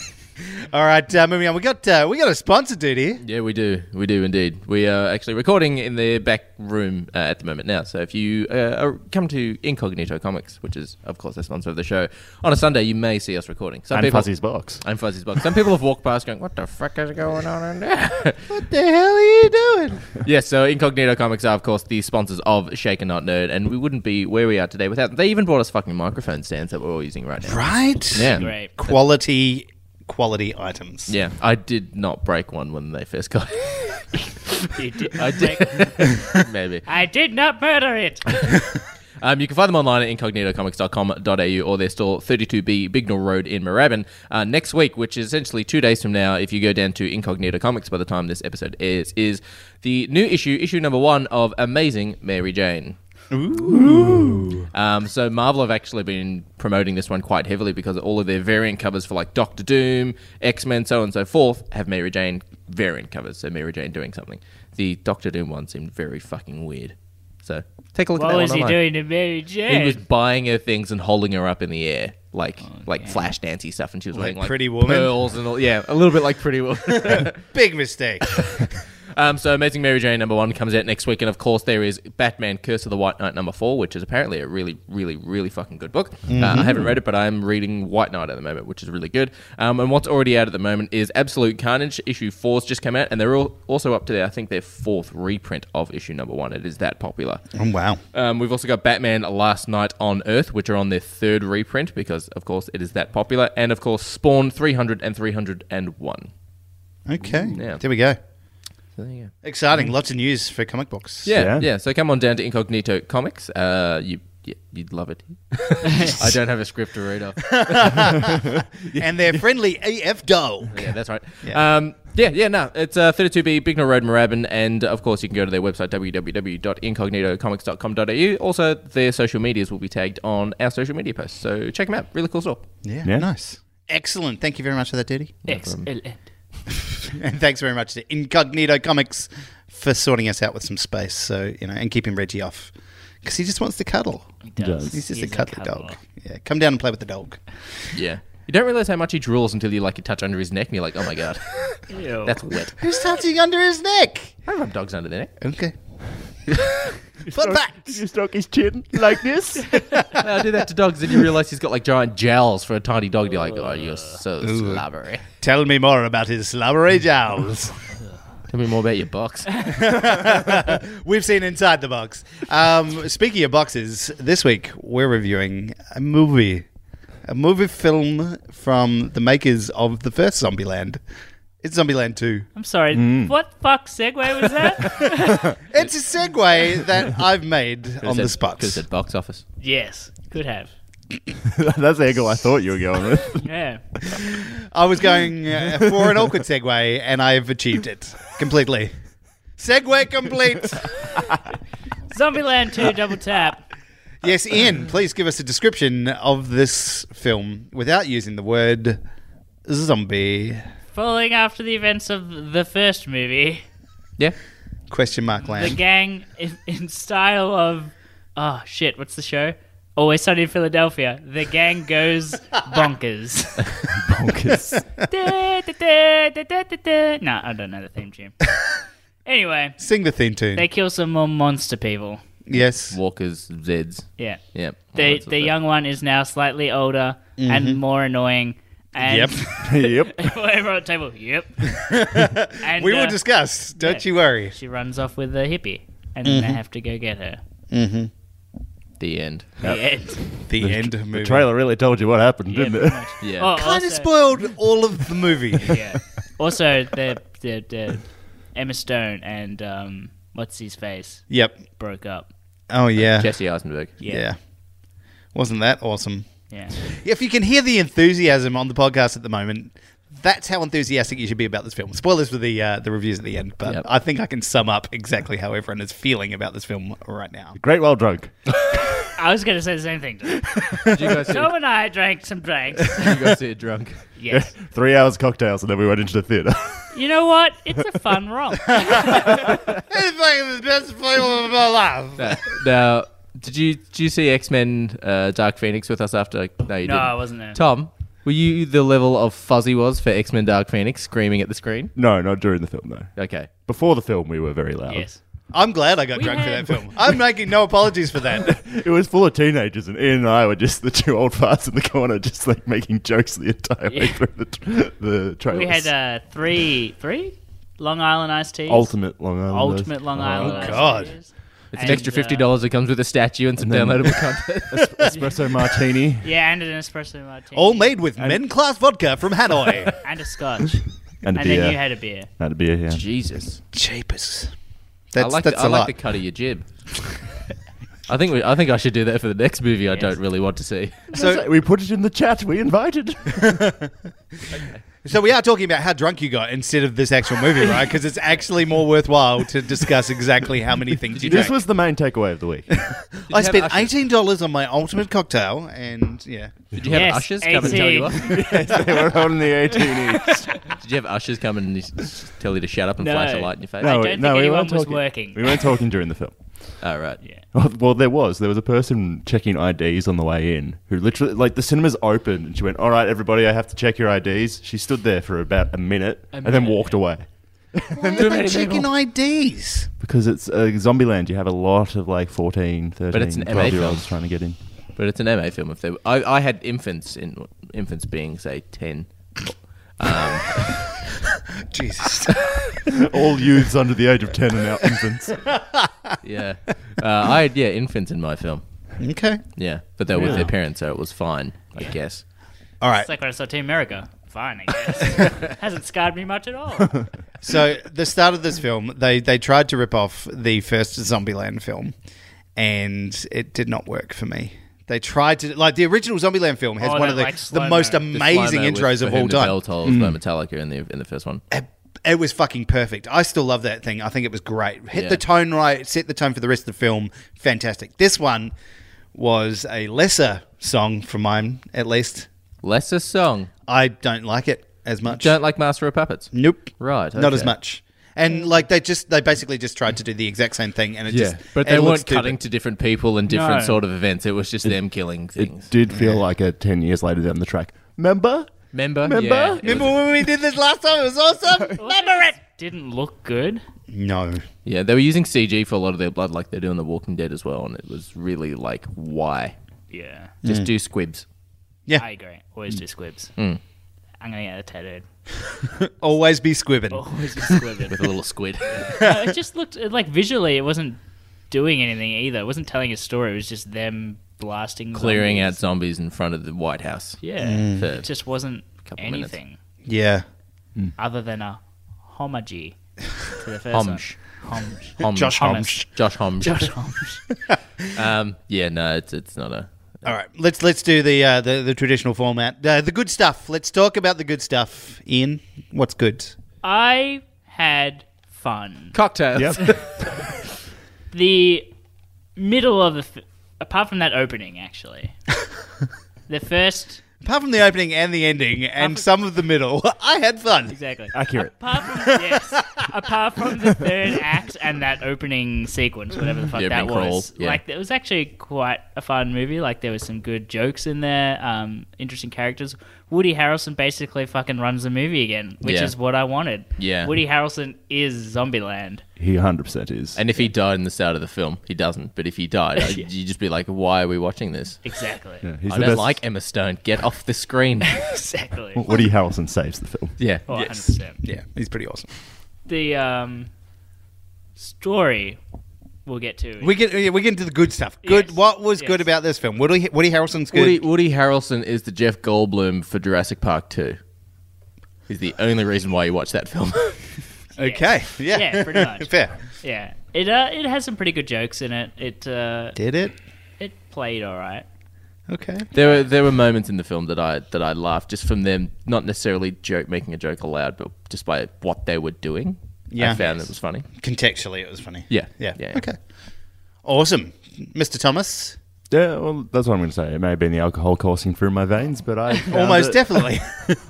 Speaker 4: All right, uh, moving on. We got uh, we got a sponsor duty.
Speaker 5: Yeah, we do. We do indeed. We are actually recording in the back room uh, at the moment now. So if you uh, are- come to Incognito Comics, which is, of course, the sponsor of the show, on a Sunday, you may see us recording. Some
Speaker 2: and
Speaker 5: people,
Speaker 2: Fuzzy's box.
Speaker 5: And Fuzzy's Box. Some people have walked past going, What the frick is going on in there?
Speaker 4: *laughs* What the hell are you doing?
Speaker 5: *laughs* yes, so Incognito Comics are, of course, the sponsors of Shaken Not Nerd, and we wouldn't be where we are today without them. They even brought us fucking microphone stands that we're all using right now.
Speaker 4: Right.
Speaker 5: Yeah.
Speaker 1: Great.
Speaker 4: Quality quality items.
Speaker 5: Yeah, I did not break one when they first got *laughs* it.
Speaker 1: You did
Speaker 5: I
Speaker 1: not
Speaker 5: did.
Speaker 1: make-
Speaker 5: Maybe.
Speaker 1: I did not murder it.
Speaker 5: *laughs* Um, you can find them online at incognitocomics.com.au or their store 32B Bignell Road in Moorabbin. Uh, next week, which is essentially two days from now, if you go down to Incognito Comics by the time this episode airs, is the new issue, issue number one of Amazing Mary Jane. Um, so Marvel have actually been promoting this one quite heavily because all of their variant covers for like Doctor Doom, X Men, so on and so forth have Mary Jane variant covers. So Mary Jane doing something. The Doctor Doom one seemed very fucking weird. So take a look at
Speaker 1: What
Speaker 5: that
Speaker 1: was
Speaker 5: one
Speaker 1: he
Speaker 5: online.
Speaker 1: doing to Mary
Speaker 5: He was
Speaker 1: Jane?
Speaker 5: buying her things and holding her up in the air, like like flash dancey stuff, and she was wearing like
Speaker 4: Oh, Pretty Woman?
Speaker 5: pearls and all. Yeah, a little bit like Pretty
Speaker 4: *laughs*
Speaker 5: Woman.
Speaker 4: Big *laughs* mistake.
Speaker 5: um, so Amazing Mary Jane number one comes out next week, and of course there is Batman: Curse of the White Knight number four, which is apparently a really, really, really fucking good book. Uh,
Speaker 4: Mm-hmm.
Speaker 5: I haven't read it, but I'm reading White Knight at the moment, which is really good. Um, and what's already out at the moment is Absolute Carnage issue four's just come out, and they're all also up to their I think their fourth reprint of issue number one. It is that popular.
Speaker 4: Oh, wow.
Speaker 5: Um, we've also got Batman Last Night on Earth, which are on their third reprint because, of course, it is that popular. And, of course, Spawn 300 and 301.
Speaker 4: Okay.
Speaker 5: yeah.
Speaker 4: There we go.
Speaker 5: So there you go.
Speaker 4: Exciting. Lots of news for comic books.
Speaker 5: Yeah, yeah,
Speaker 2: Yeah.
Speaker 5: So come on down to Incognito Comics. Uh, you, yeah, you'd love *laughs* it. I don't have a script to read off.
Speaker 4: And *laughs* their friendly AF doll.
Speaker 5: Yeah, that's right.
Speaker 4: Yeah.
Speaker 5: *laughs* Yeah. Um, yeah, yeah, no. It's uh, 32B, Bignor Road, Moorabbin. And of course, you can go to their website, www.incognitocomics.com.au. Also, their social medias will be tagged on our social media posts. So check them out. Really cool store.
Speaker 4: Yeah.
Speaker 2: Yeah.
Speaker 4: Nice. Excellent. Thank you very much for that, Duty.
Speaker 1: Excellent.
Speaker 4: And thanks very much to Incognito Comics for sorting us out with some space. So, you know, and keeping Reggie off because he just wants to cuddle.
Speaker 2: does.
Speaker 4: He's just
Speaker 1: He's
Speaker 4: a cuddly dog. Yeah. Come down and play with the dog.
Speaker 5: Yeah. You don't realize how much he drools until you like you touch under his neck and you're like, oh my *laughs* god,
Speaker 1: Ew.
Speaker 5: that's wet.
Speaker 4: Who's touching under his neck?
Speaker 5: I rub dogs under their *laughs* neck.
Speaker 4: *laughs* Okay. Fun fact.
Speaker 2: You stroke his chin like *laughs* this.
Speaker 5: I do that to dogs, then you realize he's got like giant jowls for a tiny dog. and You're like, oh, you're so slobbery.
Speaker 4: Tell me more about his slobbery jowls.
Speaker 5: Tell me more about your box.
Speaker 4: *laughs* We've seen inside the box. Um, speaking of boxes, this week we're reviewing a movie, a movie film from the makers of the first Zombieland. It's Zombieland Two.
Speaker 1: I'm sorry.
Speaker 5: Mm.
Speaker 1: What fuck segue was
Speaker 5: *laughs*
Speaker 1: that?
Speaker 4: It's a segue that I've made on the spot.
Speaker 5: Because at box office.
Speaker 1: yes. Could have.
Speaker 2: That's the angle I thought you were going with.
Speaker 1: Yeah.
Speaker 4: I was going
Speaker 2: *laughs*
Speaker 4: uh, for an awkward segue, and I've achieved it completely. Segue complete.
Speaker 1: Zombieland 2 double tap.
Speaker 4: yes, Ian, please give us a description of this film without using the word zombie.
Speaker 1: Following after the events of the first movie,
Speaker 5: Yeah.
Speaker 4: Question mark
Speaker 1: the
Speaker 4: land.
Speaker 1: gang in, in style of oh shit, what's the show? Always Sunny in Philadelphia. The gang goes bonkers.
Speaker 2: Bonkers.
Speaker 1: Da, da, da, da, da, da, da. No, I don't know the theme tune. anyway,
Speaker 4: Sing the theme tune.
Speaker 1: they kill some more monster people.
Speaker 4: Yes.
Speaker 5: Walkers, Zeds.
Speaker 1: Yeah.
Speaker 5: Yeah.
Speaker 1: The
Speaker 5: Lots of
Speaker 1: the
Speaker 5: that.
Speaker 1: young one is now slightly older and more annoying. And *laughs*
Speaker 2: *laughs*
Speaker 4: Yep.
Speaker 2: yep.
Speaker 1: Over on the table. Yep. and,
Speaker 4: We
Speaker 1: uh,
Speaker 4: will discuss. Don't
Speaker 1: yeah.
Speaker 4: you worry.
Speaker 1: She runs off with the hippie, and then they have to go get her.
Speaker 5: The *laughs* end.
Speaker 1: The end.
Speaker 4: The, end of
Speaker 2: The
Speaker 4: movie.
Speaker 2: trailer really told you what happened,
Speaker 1: Yeah,
Speaker 2: didn't
Speaker 1: pretty
Speaker 2: it?
Speaker 1: much.
Speaker 5: Yeah.
Speaker 1: Oh,
Speaker 4: kind
Speaker 1: also- *laughs*
Speaker 4: of spoiled all of the movie.
Speaker 1: Yeah. Also, the the the Emma Stone and um, what's his face
Speaker 4: Yep.
Speaker 1: broke up.
Speaker 4: Oh yeah.
Speaker 5: Jesse Eisenberg.
Speaker 1: Yeah.
Speaker 4: yeah. Wasn't that awesome?
Speaker 1: Yeah.
Speaker 4: If you can hear the enthusiasm on the podcast at the moment, that's how enthusiastic you should be about this film. Spoilers for the uh, the reviews at the end, but
Speaker 5: Yep.
Speaker 4: I think I can sum up exactly how everyone is feeling about this film right *laughs* now.
Speaker 2: Great while drunk.
Speaker 1: I was going to say the same thing.
Speaker 5: *laughs* Did you guys see,
Speaker 1: Tom and I drank some drinks.
Speaker 5: did you guys see it drunk?
Speaker 1: Yes.
Speaker 2: Three hours cocktails, and then we went into the theater. *laughs*
Speaker 1: You know what? It's a fun romp.
Speaker 4: It's like the best film of my life.
Speaker 5: Uh, *laughs* now, did you did you see X Men uh, Dark Phoenix with us after? No, you
Speaker 1: No,
Speaker 5: didn't.
Speaker 1: I wasn't there.
Speaker 5: Tom, were you the level of fuzzy was for X Men Dark Phoenix screaming at the screen?
Speaker 2: no, not during the film though.
Speaker 5: Okay.
Speaker 2: Before the film, we were very loud.
Speaker 1: yes.
Speaker 4: I'm glad I got drunk
Speaker 1: had-
Speaker 4: for that film. I'm making no apologies for
Speaker 5: *laughs*
Speaker 4: that.
Speaker 2: It was full of teenagers, and Ian and I were just the two old farts in the corner, just like making jokes the entire way
Speaker 1: Yeah.
Speaker 2: through the tr the trailers.
Speaker 1: We had uh, three, three Long Island iced teas.
Speaker 2: ultimate Long Island.
Speaker 1: Ultimate Long Island. iced
Speaker 4: God.
Speaker 1: teas.
Speaker 5: It's
Speaker 1: And,
Speaker 5: an extra
Speaker 1: uh,
Speaker 5: fifty dollars that comes with a statue and some
Speaker 1: *laughs*
Speaker 2: *laughs*
Speaker 5: downloadable content.
Speaker 2: espresso martini.
Speaker 1: yeah, and an espresso martini.
Speaker 4: All made with men class vodka from
Speaker 5: *laughs*
Speaker 4: Hanoi.
Speaker 1: and a scotch.
Speaker 2: and a
Speaker 1: and
Speaker 2: beer.
Speaker 1: then you had a beer.
Speaker 2: and a beer, yeah.
Speaker 5: Jesus,
Speaker 4: Jeepers.
Speaker 5: I
Speaker 4: That's,
Speaker 5: like
Speaker 4: that's
Speaker 5: the, I
Speaker 4: a
Speaker 5: like
Speaker 4: lot.
Speaker 5: the cut of
Speaker 4: *laughs*
Speaker 5: your jib. I think we, I think I should do that for the next movie. I don't really want to see.
Speaker 4: So,
Speaker 2: we put it in the chat. We invited.
Speaker 4: so we are talking about how drunk you got instead of this actual
Speaker 5: *laughs*
Speaker 4: movie, right? Because it's actually more worthwhile to discuss exactly how many things you
Speaker 2: this
Speaker 4: drank.
Speaker 2: was the main takeaway of the week.
Speaker 4: I
Speaker 5: you have
Speaker 4: spent
Speaker 5: Usher?
Speaker 4: eighteen dollars on my ultimate cocktail, and yeah,
Speaker 5: Did you have
Speaker 1: Yes,
Speaker 5: ushers come and tell you
Speaker 1: 18.
Speaker 2: *laughs*
Speaker 5: what? *laughs*
Speaker 2: they were on the 18
Speaker 5: Did you have ushers come and s- s- tell you to shut up and
Speaker 1: No.
Speaker 5: flash a light in your face?
Speaker 1: I don't
Speaker 2: we-
Speaker 1: think anyone
Speaker 2: weren't
Speaker 1: was working.
Speaker 2: We weren't talking during the film.
Speaker 5: All right.
Speaker 2: Well, there was. There was a person checking IDs on the way in who literally, like, the cinema's open and she went, All right, everybody, I have to check your IDs. She stood there for about a minute and then walked away.
Speaker 4: why are they checking IDs?
Speaker 2: Because it's uh, Zombieland. You have a lot of, like, 14, 13,
Speaker 5: it's an MA
Speaker 2: 12 year olds
Speaker 5: film.
Speaker 2: trying to get in.
Speaker 5: But it's an MA film. If they, I, I had infants in infants being say
Speaker 1: *laughs*
Speaker 5: ten.
Speaker 4: Jesus,
Speaker 2: All youths under the age of 10
Speaker 5: *laughs*
Speaker 2: and now infants.
Speaker 5: Yeah, uh, I had yeah infants in my film.
Speaker 4: okay,
Speaker 5: Yeah, but they were with their parents, so it was fine, I guess.
Speaker 4: all right.
Speaker 1: It's like when I saw Team America. Fine, I guess. Hasn't scarred me much at all.
Speaker 4: So the start of this film, they they tried to rip off the first Zombieland film, and it did not work for me. They tried to like the original Zombieland film has
Speaker 1: Oh,
Speaker 4: one
Speaker 1: that,
Speaker 4: of the,
Speaker 1: like,
Speaker 4: the
Speaker 1: slow-mo.
Speaker 4: most
Speaker 1: The
Speaker 4: amazing
Speaker 5: Slow-mo with
Speaker 4: intros
Speaker 5: For
Speaker 4: of
Speaker 5: Whom
Speaker 4: all
Speaker 5: the Bell
Speaker 4: time. Mm.
Speaker 5: Tolls by Metallica in the in the first one.
Speaker 4: It, it was fucking perfect. I still love that thing. I think it was great. Hit
Speaker 5: Yeah.
Speaker 4: the tone right, set the tone for the rest of the film. Fantastic. This one was a lesser song from mine, at least.
Speaker 5: Lesser song.
Speaker 4: I don't like it as much.
Speaker 5: Don't like Master of Puppets.
Speaker 4: Nope.
Speaker 5: Right,
Speaker 4: Not as
Speaker 5: okay.
Speaker 4: much. And like they just they basically just tried to do the exact same thing and it
Speaker 5: Yeah,
Speaker 4: just
Speaker 5: but
Speaker 4: it
Speaker 5: they
Speaker 4: looks
Speaker 5: weren't
Speaker 4: stupid.
Speaker 5: cutting to different people and different
Speaker 1: No.
Speaker 5: sort of events. It was just them killing things.
Speaker 2: It did feel like a 10 years later down the track. Remember?
Speaker 5: Remember?
Speaker 2: Remember?
Speaker 5: Yeah,
Speaker 4: *laughs*
Speaker 5: it
Speaker 4: Remember
Speaker 5: was-
Speaker 4: when we did this last time? It was awesome.
Speaker 5: *laughs*
Speaker 1: Remember it! Didn't look good.
Speaker 4: No.
Speaker 5: yeah, they were using CG for a lot of their blood, like they're doing The Walking Dead as well, and it was really like, why?
Speaker 1: Yeah.
Speaker 4: Mm.
Speaker 5: Just do squibs.
Speaker 4: Yeah.
Speaker 1: I agree. Always
Speaker 5: Mm.
Speaker 1: do squibs. I'm going to get a tattooed. *laughs*
Speaker 4: Always be squibbing.
Speaker 1: Always do squibbing.
Speaker 5: with a little *laughs* squid.
Speaker 1: No, it just looked like visually it wasn't doing anything either. It wasn't telling a story. It was just them blasting,
Speaker 5: Clearing out
Speaker 1: zombies.
Speaker 5: zombies in front of the White House.
Speaker 1: Yeah,
Speaker 5: For-
Speaker 1: it just wasn't
Speaker 5: Couple minutes.
Speaker 1: anything
Speaker 4: Yeah.
Speaker 1: other than a homage to the first
Speaker 5: Homsh.
Speaker 1: one. Homage.
Speaker 5: Homs.
Speaker 4: Josh
Speaker 1: Hummus.
Speaker 5: Josh Homs.
Speaker 1: Josh homage.
Speaker 5: Um, yeah, no, it's, it's not a.
Speaker 4: All right. Let's let's do the uh, the, the traditional format. Uh, the good stuff. Let's talk about the good stuff. Ian, what's good?
Speaker 1: I had fun.
Speaker 5: Cocktails. *laughs*
Speaker 1: The middle of the, f- apart from that opening,
Speaker 5: *laughs*
Speaker 1: actually, the first
Speaker 4: Apart from the opening and the ending and some of the middle, *laughs* I had fun.
Speaker 1: exactly.
Speaker 2: Accurate.
Speaker 1: Apart from yes, apart from the third act and that opening sequence, whatever the fuck
Speaker 5: Yeah,
Speaker 1: that
Speaker 5: opening crawl,
Speaker 1: was,
Speaker 5: yeah.
Speaker 1: like it was actually quite a fun movie. Like there was some good jokes in there, um, interesting characters. Woody Harrelson basically fucking runs the movie again, which
Speaker 5: Yeah.
Speaker 1: is what I wanted.
Speaker 5: Yeah.
Speaker 1: Woody Harrelson is Zombieland.
Speaker 2: He 100% is.
Speaker 5: And if he died in the start of the film, he doesn't. But if
Speaker 2: *laughs*
Speaker 5: he died, I-
Speaker 1: Yeah.
Speaker 5: you'd just be like, why are we watching this?
Speaker 1: Exactly.
Speaker 2: He's
Speaker 5: I
Speaker 2: the
Speaker 5: don't
Speaker 2: best.
Speaker 5: like Emma Stone. Get off
Speaker 2: *laughs*
Speaker 5: the screen. *laughs*
Speaker 1: Exactly.
Speaker 2: Woody Harrelson saves the film.
Speaker 5: yeah.
Speaker 1: Oh,
Speaker 5: yes.
Speaker 1: 100%.
Speaker 4: Yeah, he's pretty awesome.
Speaker 1: The um, story we'll get to.
Speaker 4: We get yeah, we get into the good stuff. Good.
Speaker 1: Yes.
Speaker 4: What was
Speaker 1: Yes.
Speaker 4: good about this film? Woody, Woody Harrelson's good.
Speaker 5: Woody, Woody Harrelson is the Jeff Goldblum for Jurassic Park 2. He's the only reason why you watch that film. *laughs*
Speaker 4: Okay. Yeah.
Speaker 1: Yeah,
Speaker 4: *laughs*
Speaker 1: pretty much.
Speaker 4: Fair.
Speaker 1: Yeah, it uh, it has some pretty good jokes in it. It uh,
Speaker 4: Did it?
Speaker 1: it played all right.
Speaker 4: Okay.
Speaker 5: There were there were moments in the film that I that I laughed just from them not necessarily joke making a joke aloud, but just by what they were doing.
Speaker 4: Yeah.
Speaker 5: I found it was funny.
Speaker 4: Contextually, it was funny.
Speaker 5: Yeah.
Speaker 4: Yeah.
Speaker 5: Yeah, yeah.
Speaker 4: Okay. Awesome. Mr. Thomas,
Speaker 2: Yeah, well, that's what I'm going to say. It may have been the alcohol coursing through my veins, but I found
Speaker 4: almost
Speaker 2: it- *laughs*
Speaker 4: definitely.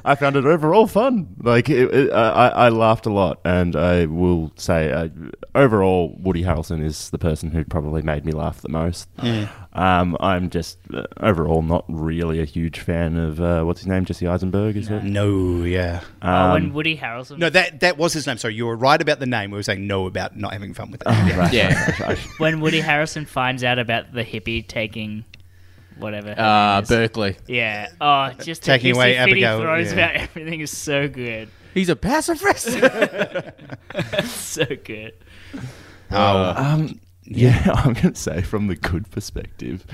Speaker 2: I found it overall fun. Like it, it, I, I I laughed a lot, and I will say, uh, overall, Woody Harrelson is the person who probably made me laugh the most. Um, I'm just uh, overall not really a huge fan of uh, what's his name, Jesse Eisenberg. Is it?
Speaker 4: no, yeah.
Speaker 1: oh, when Woody Harrelson.
Speaker 4: Um, No, that that was his name. Sorry, you were right about the name. We were saying no about not having fun with it.
Speaker 5: Oh,
Speaker 4: yeah. *laughs*
Speaker 5: Yeah.
Speaker 1: when Woody Harrelson finds out about the hippie taking whatever. her
Speaker 5: Uh,
Speaker 1: name is.
Speaker 5: Berkeley.
Speaker 1: yeah. Oh, just
Speaker 4: uh, Taking
Speaker 1: the
Speaker 4: away
Speaker 1: hissy fit he
Speaker 4: Abigail,
Speaker 1: throws
Speaker 4: yeah.
Speaker 1: about everything is so good. *laughs*
Speaker 5: He's a pacifist.
Speaker 4: *laughs*
Speaker 1: So good.
Speaker 2: Yeah, *laughs* I'm going to say from the good perspective.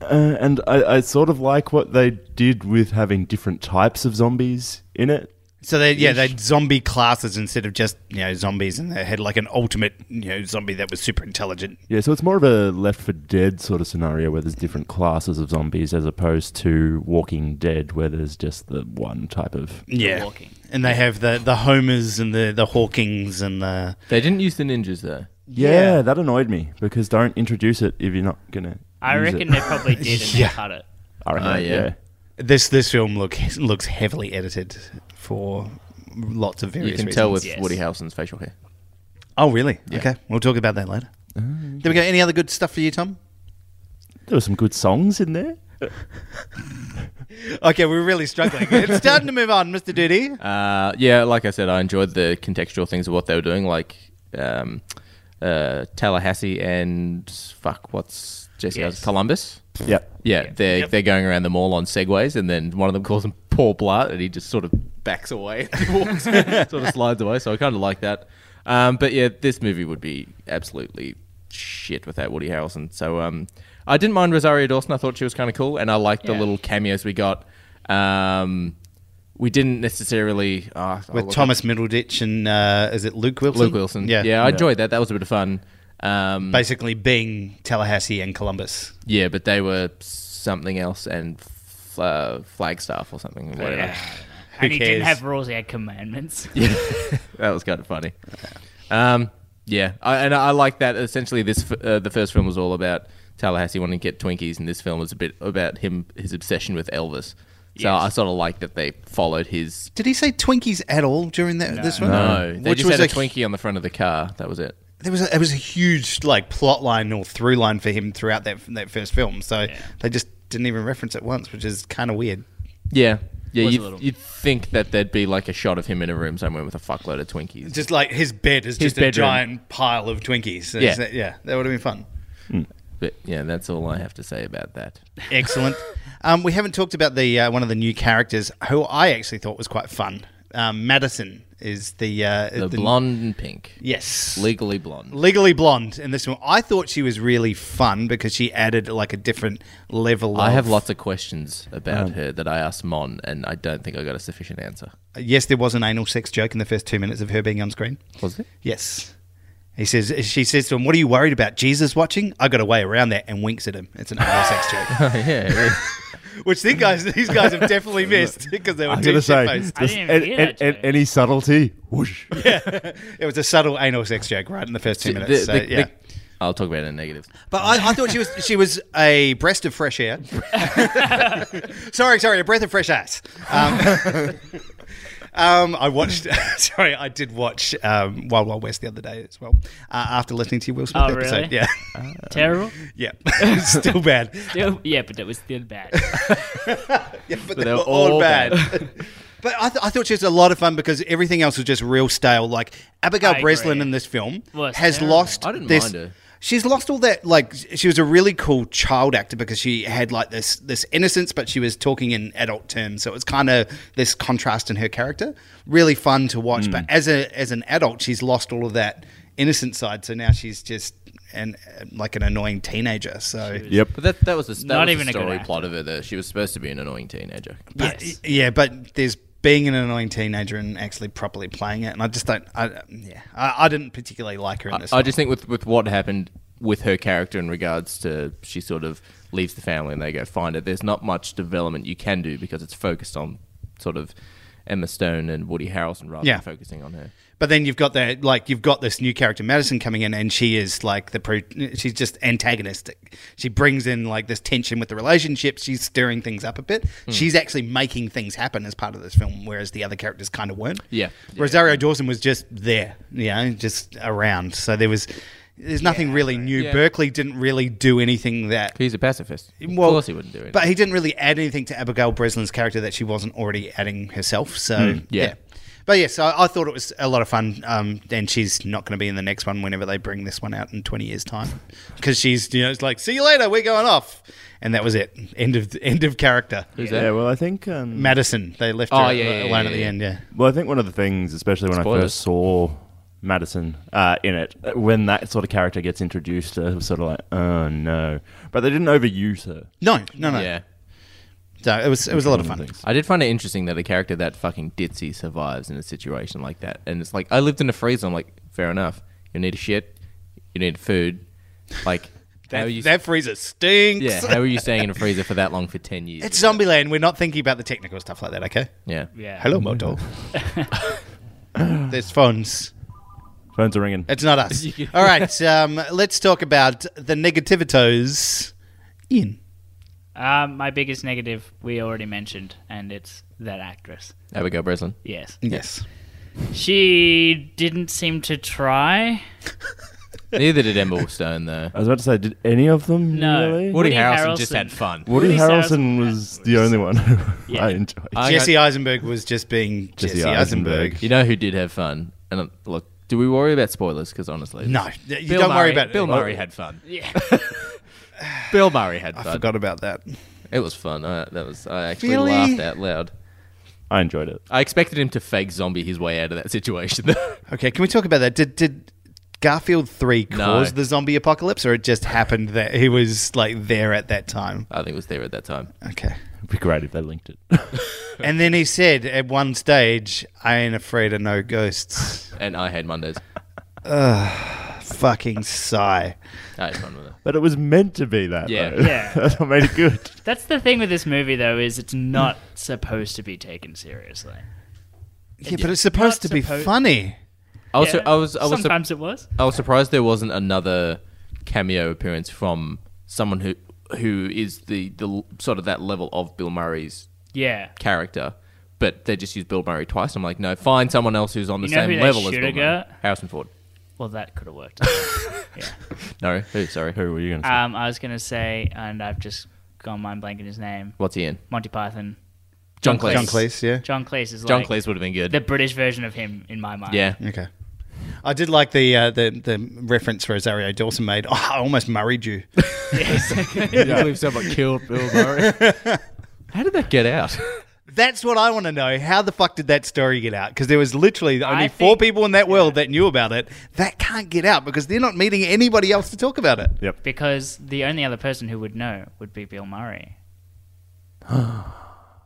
Speaker 2: Uh, and I, I sort of like what they did with having different types of zombies in it.
Speaker 4: So they yeah they zombie classes instead of just you know zombies, and they had like an ultimate you know zombie that was super intelligent.
Speaker 2: Yeah, so it's more of a Left for Dead sort of scenario where there's different classes of zombies as opposed to Walking Dead where there's just the one type of.
Speaker 4: Yeah,
Speaker 1: walking.
Speaker 4: and they have the the homers and the the hawkings and the
Speaker 5: they didn't use the ninjas though.
Speaker 2: Yeah,
Speaker 4: Yeah.
Speaker 2: that annoyed me because don't introduce it if you're not going to.
Speaker 1: I reckon they probably
Speaker 4: *laughs*
Speaker 1: did and
Speaker 4: Yeah.
Speaker 1: they cut it.
Speaker 2: I reckon,
Speaker 5: Ah,
Speaker 2: Oh, yeah.
Speaker 5: yeah.
Speaker 4: this this film look *laughs* looks heavily edited for lots of
Speaker 5: You
Speaker 4: various.
Speaker 5: can tell with
Speaker 4: reasons.
Speaker 1: yes.
Speaker 5: Woody Harrelson's facial hair.
Speaker 4: oh really okay we'll talk about that later.
Speaker 5: Oh,
Speaker 4: There we go. Any other good stuff for you, Tom?
Speaker 2: There were some good songs in there.
Speaker 4: Okay, we're really struggling. *laughs* it's starting to move on, Mister Duty.
Speaker 5: Uh, yeah, like I said, I enjoyed the contextual things of what they were doing, like um, uh, Tallahassee and fuck, what's Jesse?
Speaker 1: Yes.
Speaker 5: Columbus.
Speaker 2: Yeah.
Speaker 5: Yeah, they're they're going around the mall on segways, and then one of them calls him Paul Blart, and he just sort of backs away, and *laughs* walks, sort of slides away. So I kind of like that. Um, but yeah, this movie would be absolutely shit without Woody Harrelson. So um, I didn't mind Rosario Dawson. I thought she was kind of cool, and I liked the
Speaker 1: Yeah.
Speaker 5: little cameos we got. Um, we didn't necessarily uh,
Speaker 4: with Thomas Middleditch and uh, is it Luke Wilson?
Speaker 5: Luke Wilson.
Speaker 4: Yeah,
Speaker 5: yeah, I enjoyed that. That was a bit of fun. Um,
Speaker 4: Basically, being Tallahassee and Columbus.
Speaker 5: Yeah, but they were something else and f- uh, Flagstaff or something. Or whatever.
Speaker 1: Yeah. And he didn't
Speaker 4: cares?
Speaker 1: have rules, he had commandments.
Speaker 5: *laughs* that was kind of funny. Um, yeah, I, and I like that. Essentially, this f- uh, the first film was all about Tallahassee wanting to get Twinkies, and this film was a bit about him his obsession with Elvis. So I sort of like that they followed his.
Speaker 4: Did he say Twinkies at all during the, this one?
Speaker 5: No, they
Speaker 4: Which
Speaker 5: just
Speaker 4: was
Speaker 5: had a
Speaker 4: a hu-
Speaker 5: Twinkie on the front of the car. That was it.
Speaker 4: There was a, it was a huge like plot line or through line for him throughout that that first film. So they just didn't even reference it once, which is kind of weird.
Speaker 5: Yeah, yeah.
Speaker 1: Was a
Speaker 5: You'd,
Speaker 1: little-
Speaker 5: you'd think that there'd be like a shot of him in a room somewhere with a fuckload of Twinkies.
Speaker 4: Just like his bed is
Speaker 5: His
Speaker 4: just a
Speaker 5: bedroom.
Speaker 4: giant pile of Twinkies.
Speaker 5: Yeah.
Speaker 4: Is that- yeah, that would have been fun.
Speaker 5: But yeah, that's all I have to say about that.
Speaker 4: Excellent. um, we haven't talked about the uh, one of the new characters who I actually thought was quite fun. Um, Madison is the uh,
Speaker 5: The blonde and pink,
Speaker 4: Yes.
Speaker 5: legally blonde.
Speaker 4: Legally Blonde in this one. I thought she was really fun because she added like a different level.
Speaker 5: I
Speaker 4: of,
Speaker 5: have lots of questions about
Speaker 4: Um,
Speaker 5: her that I asked Mon, and I don't think I got a sufficient answer.
Speaker 4: Yes, there was an anal sex joke in the first two minutes of her being on screen.
Speaker 5: Was it?
Speaker 4: Yes. He says, she says to him, "What are you worried about? Jesus watching?" I got a way around that and winks at him. It's an anal sex
Speaker 5: *laughs*
Speaker 4: joke,
Speaker 5: *laughs* yeah.
Speaker 4: which these guys, these guys have definitely missed because they were
Speaker 2: I'm
Speaker 4: too
Speaker 2: going to say,
Speaker 4: shit-faced.
Speaker 1: I
Speaker 2: just
Speaker 1: didn't even
Speaker 2: an-
Speaker 1: hear
Speaker 2: an-
Speaker 1: that
Speaker 2: an-
Speaker 1: joke.
Speaker 2: any subtlety,
Speaker 1: *laughs*
Speaker 2: whoosh.
Speaker 4: It was a subtle anal sex joke right in the first two
Speaker 5: The-
Speaker 4: minutes.
Speaker 5: the-
Speaker 4: so,
Speaker 5: the-
Speaker 4: yeah.
Speaker 5: I'll talk about it in negatives.
Speaker 4: But I, I thought she was she was a breast of fresh air. *laughs* sorry, sorry, a breath of fresh ass. Um, *laughs* um, I watched. *laughs* Sorry, I did watch um, Wild Wild West the other day as well. Uh, after listening to your Will Smith
Speaker 1: Oh, really?
Speaker 4: episode, yeah, *laughs*
Speaker 1: Terrible?
Speaker 4: yeah, *laughs* still bad.
Speaker 1: Still, yeah, but it was still bad.
Speaker 4: *laughs* Yeah,
Speaker 1: *laughs*
Speaker 4: but,
Speaker 5: they were all
Speaker 4: but I, th- I thought she was a lot of fun because everything else was just real stale. Like Abigail
Speaker 1: I agree.
Speaker 4: Breslin in this film
Speaker 1: Was
Speaker 4: has
Speaker 1: terrible.
Speaker 4: lost.
Speaker 5: I didn't
Speaker 4: this,
Speaker 5: mind her.
Speaker 4: She's lost all that. Like she was a really cool child actor because she had like this this innocence, but she was talking in adult terms. So it was kind of this contrast in her character. Really fun to watch.
Speaker 5: Hmm.
Speaker 4: But as a as an adult, she's lost all of that innocent side. So now she's just an like an annoying teenager. So
Speaker 2: Yep.
Speaker 5: But that, that was a, that
Speaker 1: Not
Speaker 5: was
Speaker 1: even a
Speaker 5: a
Speaker 1: good
Speaker 5: story
Speaker 1: actor.
Speaker 5: plot of it. That she was supposed to be an annoying teenager.
Speaker 4: But,
Speaker 1: Yes.
Speaker 4: Yeah, but there's being an annoying teenager and actually properly playing it. And I just don't. I, yeah, I, I didn't particularly like her in this.
Speaker 5: I
Speaker 4: one.
Speaker 5: just think with with what happened with her character in regards to she sort of leaves the family and they go find it. There's not much development you can do because it's focused on sort of Emma Stone and Woody Harrelson rather
Speaker 4: Yeah.
Speaker 5: than focusing on her.
Speaker 4: But then you've got that, like you've got this new character Madison coming in, and she is like the pro. She's just antagonistic. She brings in like this tension with the relationship. She's stirring things up a bit.
Speaker 5: Hmm.
Speaker 4: She's actually making things happen as part of this film, whereas the other characters kind of weren't.
Speaker 5: Yeah.
Speaker 4: Rosario Dawson was just there, you know, just around. So there was, there's nothing really new.
Speaker 5: Yeah.
Speaker 4: Berkeley didn't really do anything that
Speaker 5: He's a pacifist.
Speaker 4: well,
Speaker 5: of course he wouldn't do it.
Speaker 4: But he didn't really add anything to Abigail Breslin's character that she wasn't already adding herself. So yeah.
Speaker 5: Hmm, yeah.
Speaker 4: But yes, I, I thought it was a lot of fun, um, and she's not going to be in the next one whenever they bring this one out in twenty years' time, because she's you know it's like see you later, we're going off, and that was it, end of end of character.
Speaker 5: Who's
Speaker 2: Yeah,
Speaker 5: that?
Speaker 2: well, I think. Um,
Speaker 4: Madison, they left
Speaker 5: Oh,
Speaker 4: her
Speaker 5: yeah,
Speaker 4: al-
Speaker 5: yeah,
Speaker 4: alone
Speaker 5: yeah,
Speaker 4: at the
Speaker 5: yeah.
Speaker 4: end. Yeah,
Speaker 2: Well, I think one of the things, especially when I
Speaker 5: Spoilers.
Speaker 2: first saw Madison uh, in it, when that sort of character gets introduced, I was sort of like, oh no. But they didn't overuse her.
Speaker 4: no, no, no.
Speaker 5: yeah.
Speaker 4: So it was it was a lot of fun.
Speaker 2: Things.
Speaker 5: I did find it interesting that a character that fucking ditzy survives in a situation like that. And it's like, I lived in a freezer. I'm like, fair enough. You need shit. You need food.
Speaker 4: *laughs*
Speaker 5: Like, how are
Speaker 4: That,
Speaker 5: you,
Speaker 4: that freezer stinks.
Speaker 5: yeah, how are you staying in a freezer for that long for 10 years?
Speaker 4: *laughs* it's Zombieland. We're not thinking about the technical stuff like that. Okay.
Speaker 5: yeah.
Speaker 1: Yeah.
Speaker 4: Hello, Moto. Mm. *laughs* There's phones.
Speaker 2: Phones are ringing.
Speaker 4: It's not
Speaker 5: *laughs*
Speaker 4: us. All right, um, let's talk about the negativitos. Ian.
Speaker 1: Uh, my biggest negative we already mentioned, and it's that actress.
Speaker 5: Abigail Breslin.
Speaker 1: Yes.
Speaker 4: Yes.
Speaker 1: She didn't seem to try.
Speaker 5: Neither did Emma Stone, though.
Speaker 2: I was about to say, did any of them
Speaker 1: No.
Speaker 2: really?
Speaker 5: Woody,
Speaker 1: Woody
Speaker 5: Harrelson, just
Speaker 1: Harrelson.
Speaker 5: had fun.
Speaker 2: Woody,
Speaker 1: Woody Harrelson
Speaker 2: Harrelson was the only one who *laughs*
Speaker 1: Yeah.
Speaker 2: I enjoyed.
Speaker 5: I got-
Speaker 4: Jesse Eisenberg was just being
Speaker 2: Jesse
Speaker 4: Jesse, Eisenberg.
Speaker 2: Eisenberg.
Speaker 5: you know who did have fun? And um, look, do we worry about spoilers? Because honestly,
Speaker 4: No, you
Speaker 5: Bill
Speaker 4: don't worry
Speaker 5: Murray-
Speaker 4: about it. Oh,
Speaker 5: Bill Murray had fun. Yeah. *laughs* Bill Murray had
Speaker 4: *sighs* I
Speaker 5: fun.
Speaker 4: forgot about that.
Speaker 5: It was fun. I, that was I actually
Speaker 4: Really?
Speaker 5: laughed out loud.
Speaker 2: I enjoyed it.
Speaker 5: I expected him to fake zombie his way out of that situation. *laughs* though.
Speaker 4: Okay, can we talk about that? Did did Garfield three cause the zombie apocalypse, or it just happened that he was like there at that time?
Speaker 5: I think it was there at that time.
Speaker 4: Okay.
Speaker 2: It'd be great if they linked it.
Speaker 4: And then he said at one stage, "I ain't afraid of no ghosts."
Speaker 5: And I had Mondays.
Speaker 4: Fucking sigh.
Speaker 5: I had fun with it.
Speaker 2: *laughs* but it was meant to be *laughs* that.
Speaker 5: Yeah.
Speaker 2: though.
Speaker 1: Yeah.
Speaker 2: That's what made it good.
Speaker 1: That's the thing with this movie, though, is it's not supposed to be taken seriously.
Speaker 4: Yeah, but it's supposed to
Speaker 1: Not
Speaker 4: be
Speaker 1: suppo-
Speaker 4: funny.
Speaker 5: I was,
Speaker 1: Yeah.
Speaker 5: I was, I was, sur-
Speaker 1: Sometimes it was.
Speaker 5: I was surprised there wasn't another cameo appearance from someone who who is the, the l- sort of that level of Bill Murray's
Speaker 1: Yeah.
Speaker 5: character, but they just use Bill Murray twice. I'm like, no, find someone else who's on the
Speaker 1: You know
Speaker 5: same
Speaker 1: who they
Speaker 5: level as
Speaker 1: shoulda
Speaker 5: Bill Murray.
Speaker 1: got?
Speaker 5: Harrison Ford.
Speaker 1: Well, that could have worked.
Speaker 5: *laughs* No, who? Sorry,
Speaker 2: Who were you going to say?
Speaker 1: um, I was going to say, and I've just gone mind blanking his name
Speaker 5: What's he in?
Speaker 1: Monty Python.
Speaker 5: John Cleese.
Speaker 4: John Cleese, yeah.
Speaker 1: John Cleese is like
Speaker 5: John Cleese would have been good.
Speaker 1: the British version of him in my mind.
Speaker 5: yeah,
Speaker 4: Okay. I did like the uh, the the reference Rosario Dawson made. *laughs* Oh, I almost murried you.
Speaker 5: I can't believe someone killed Bill Murray. *laughs* How did that get out?
Speaker 4: That's what I want to know. How the fuck did that story get out? Because there was literally only four
Speaker 1: think-
Speaker 4: people in that world that knew about it. That can't get out because they're not meeting anybody else to talk about it.
Speaker 2: yep.
Speaker 1: Because the only other person who would know would be Bill Murray.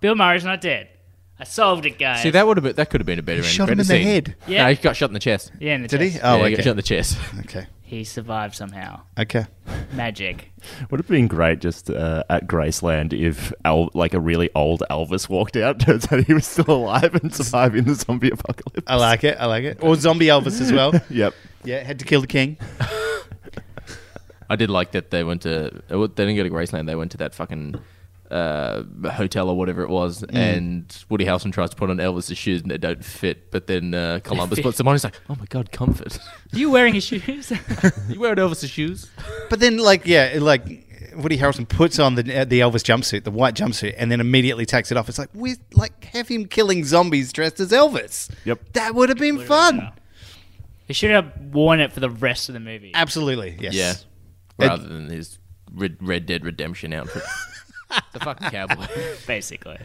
Speaker 1: Bill Murray's not dead. I solved it, guys.
Speaker 5: See, that would have been, that could have been a better. end
Speaker 4: shot him
Speaker 5: credit
Speaker 4: in the
Speaker 5: scene.
Speaker 4: head.
Speaker 1: Yeah.
Speaker 5: no, he got shot in the chest.
Speaker 1: yeah, in the
Speaker 4: Did he?
Speaker 1: chest.
Speaker 4: Oh,
Speaker 5: yeah, he got
Speaker 4: okay.
Speaker 5: shot in
Speaker 4: *laughs*
Speaker 5: the chest.
Speaker 4: Okay.
Speaker 1: He survived somehow.
Speaker 4: Okay.
Speaker 1: Magic.
Speaker 2: Would have been great just uh, at Graceland if Al- like a really old Elvis walked out. *laughs* Turns out he was still alive and surviving the zombie apocalypse.
Speaker 4: I like it. I like it. Or Zombie Elvis as well.
Speaker 2: Yep.
Speaker 4: yeah, had to kill the king.
Speaker 5: I did like that they went to. They didn't go to Graceland. They went to that fucking uh, hotel or whatever it was.
Speaker 4: Mm.
Speaker 5: And Woody Harrelson tries to put on Elvis's shoes and they don't fit. But then uh, Columbus puts them on. He's like, "Oh my god, comfort!
Speaker 1: Are you wearing his shoes?
Speaker 5: *laughs* you wearing Elvis's shoes?"
Speaker 4: But then, like, yeah, like Woody Harrelson puts on the uh, the Elvis jumpsuit, the white jumpsuit, and then immediately takes it off. It's like we like have him killing zombies dressed as Elvis.
Speaker 2: Yep.
Speaker 4: that would have been fun.
Speaker 1: he should have worn it for the rest of the movie.
Speaker 4: Absolutely, yes.
Speaker 5: Yeah,
Speaker 4: It-
Speaker 5: rather than his Red, Red Dead
Speaker 4: *laughs*
Speaker 5: Redemption outfit. the fucking cowboy.
Speaker 1: Basically.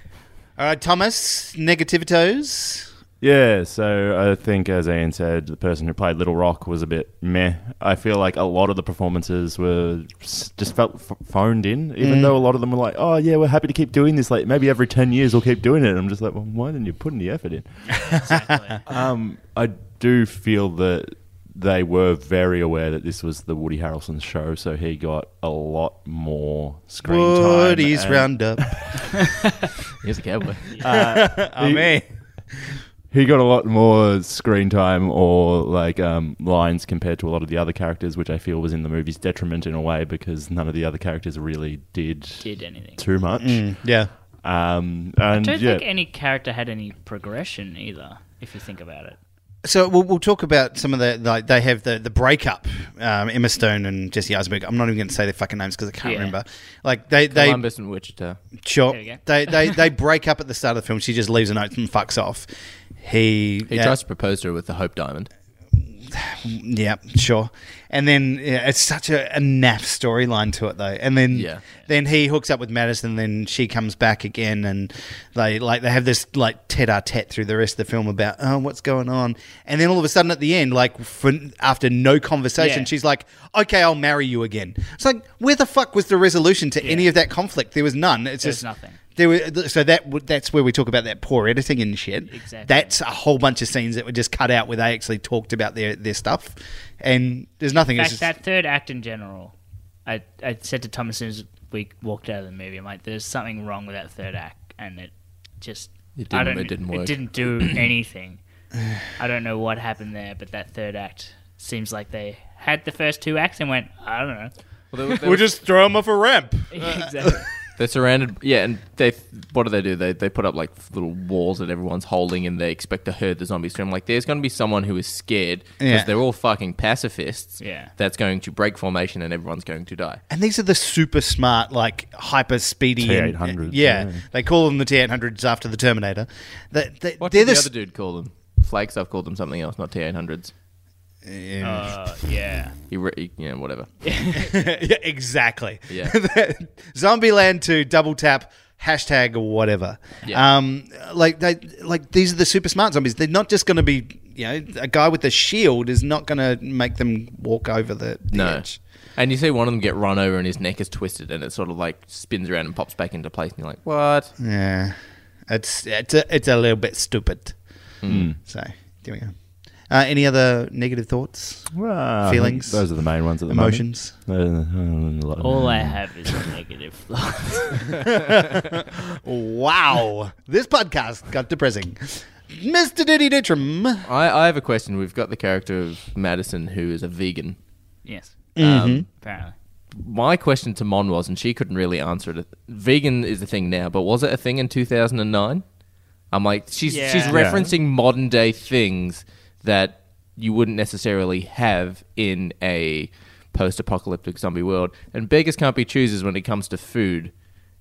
Speaker 4: All right, Thomas, negativitos.
Speaker 2: Yeah, so I think, as Ian said, the person who played Little Rock was a bit meh. I feel like a lot of the performances were s- just felt f- phoned in, even though a lot of them were like, "Oh yeah, we're happy to keep doing this. Like maybe every ten years we'll keep doing it." And I'm just like, "Well, why didn't you put any effort in?" um, I do feel that they were very aware that this was the Woody Harrelson show, so he got a lot more screen time. uh,
Speaker 4: Woody's
Speaker 2: and-
Speaker 4: Roundup.
Speaker 5: He's a cowboy.
Speaker 4: Oh, man.
Speaker 2: he got a lot more screen time or like um, lines compared to a lot of the other characters, which I feel was in the movie's detriment in a way because none of the other characters really did
Speaker 1: Did anything.
Speaker 2: too much.
Speaker 4: Yeah.
Speaker 2: Um,
Speaker 1: I
Speaker 2: and
Speaker 1: don't
Speaker 2: yeah,
Speaker 1: think any character had any progression either, if you think about it.
Speaker 4: So we'll, we'll talk about some of the like they have the the breakup. Um, Emma Stone and Jesse Eisenberg. I'm not even going to say their fucking names because I can't
Speaker 1: Yeah.
Speaker 4: remember. Like they they
Speaker 5: Columbus and Wichita.
Speaker 4: sure
Speaker 1: There you go.
Speaker 4: they, they they break up at the start of the film. She just leaves a note and fucks off. He
Speaker 5: He
Speaker 4: yeah,
Speaker 5: tries to propose to her with the Hope Diamond.
Speaker 4: yeah sure. And then yeah, it's such a, a naff storyline to it though. And then
Speaker 5: Yeah.
Speaker 4: then he hooks up with Madison. Then she comes back again, and they like they have this like tete a tete through the rest of the film about oh what's going on. And then all of a sudden at the end, like for, after no conversation,
Speaker 1: Yeah.
Speaker 4: she's she's like, okay, I'll marry you again. It's like, where the fuck was the resolution to any of that conflict? There was none. It's
Speaker 1: There's
Speaker 4: just
Speaker 1: nothing.
Speaker 4: There were, so that w- that's where we talk about that poor editing and shit.
Speaker 1: Exactly.
Speaker 4: That's a whole bunch of scenes that were just cut out where they actually talked about their, their stuff, and there's nothing.
Speaker 1: In
Speaker 4: It's
Speaker 1: fact,
Speaker 4: just,
Speaker 1: that third act in general, I, I said to Tom as soon as we walked out of the movie, I'm like, there's something wrong with that third act, and it just
Speaker 5: It
Speaker 1: I
Speaker 5: didn't-
Speaker 1: don't-
Speaker 5: it didn't work.
Speaker 1: It didn't
Speaker 5: *clears throat*
Speaker 1: do anything. I don't know what happened there, but that third act seems like they had the first two acts and went, I *laughs* don't know.
Speaker 5: Well, they,
Speaker 4: we just throw them off a ramp.
Speaker 1: exactly.
Speaker 5: are surrounded. Yeah, and they. What do they do? They they put up like little walls that everyone's holding, and they expect to herd the zombies through. I'm like, there's going to be someone who is scared because
Speaker 4: Yeah.
Speaker 5: they're all fucking pacifists.
Speaker 1: Yeah.
Speaker 5: that's going to break formation, and everyone's going to die.
Speaker 4: And these are the super smart, like hyper speedy and-
Speaker 2: T800s,
Speaker 4: Yeah,
Speaker 2: yeah.
Speaker 4: they call them the T800s after the Terminator. They, they,
Speaker 5: What
Speaker 4: they're
Speaker 5: did
Speaker 4: the
Speaker 5: the other dude call them? Flagstaff called them something else, not T800s.
Speaker 1: Uh, yeah.
Speaker 5: He, re- he you know, whatever.
Speaker 4: *laughs* yeah, exactly. *laughs*
Speaker 5: Yeah.
Speaker 4: Zombieland to double tap hashtag whatever.
Speaker 5: Yeah.
Speaker 4: Um, like they like these are the super smart zombies. They're not just going to be you know a guy with a shield is not going to make them walk over the, the
Speaker 5: No.
Speaker 4: edge.
Speaker 5: And you see one of them get run over, and his neck is twisted, and it sort of like spins around and pops back into place. And you're like,
Speaker 4: *laughs*
Speaker 5: what?
Speaker 4: Yeah, it's it's a, it's a little bit stupid.
Speaker 5: Hmm.
Speaker 4: So there we go. Uh, any other negative thoughts?
Speaker 2: well, I think
Speaker 4: Feelings.
Speaker 2: Those are the main ones at the
Speaker 4: Emotions.
Speaker 2: moment. Uh, a lot of-
Speaker 1: All I have is a negative thought.
Speaker 4: Wow, *laughs* this podcast got depressing. Mr. Diddy Oh, Ditchum.
Speaker 5: I, I have a question. We've got the character of Madison, who is a vegan.
Speaker 1: yes,
Speaker 5: Um,
Speaker 1: apparently.
Speaker 5: my question to Mon was, and she couldn't really answer it. Vegan is a thing now, but was it a thing in 2009? I'm like, she's
Speaker 1: Yeah.
Speaker 5: she's
Speaker 1: Yeah.
Speaker 5: referencing modern day things that you wouldn't necessarily have in a post-apocalyptic zombie world. And beggars can't be choosers when it comes to food.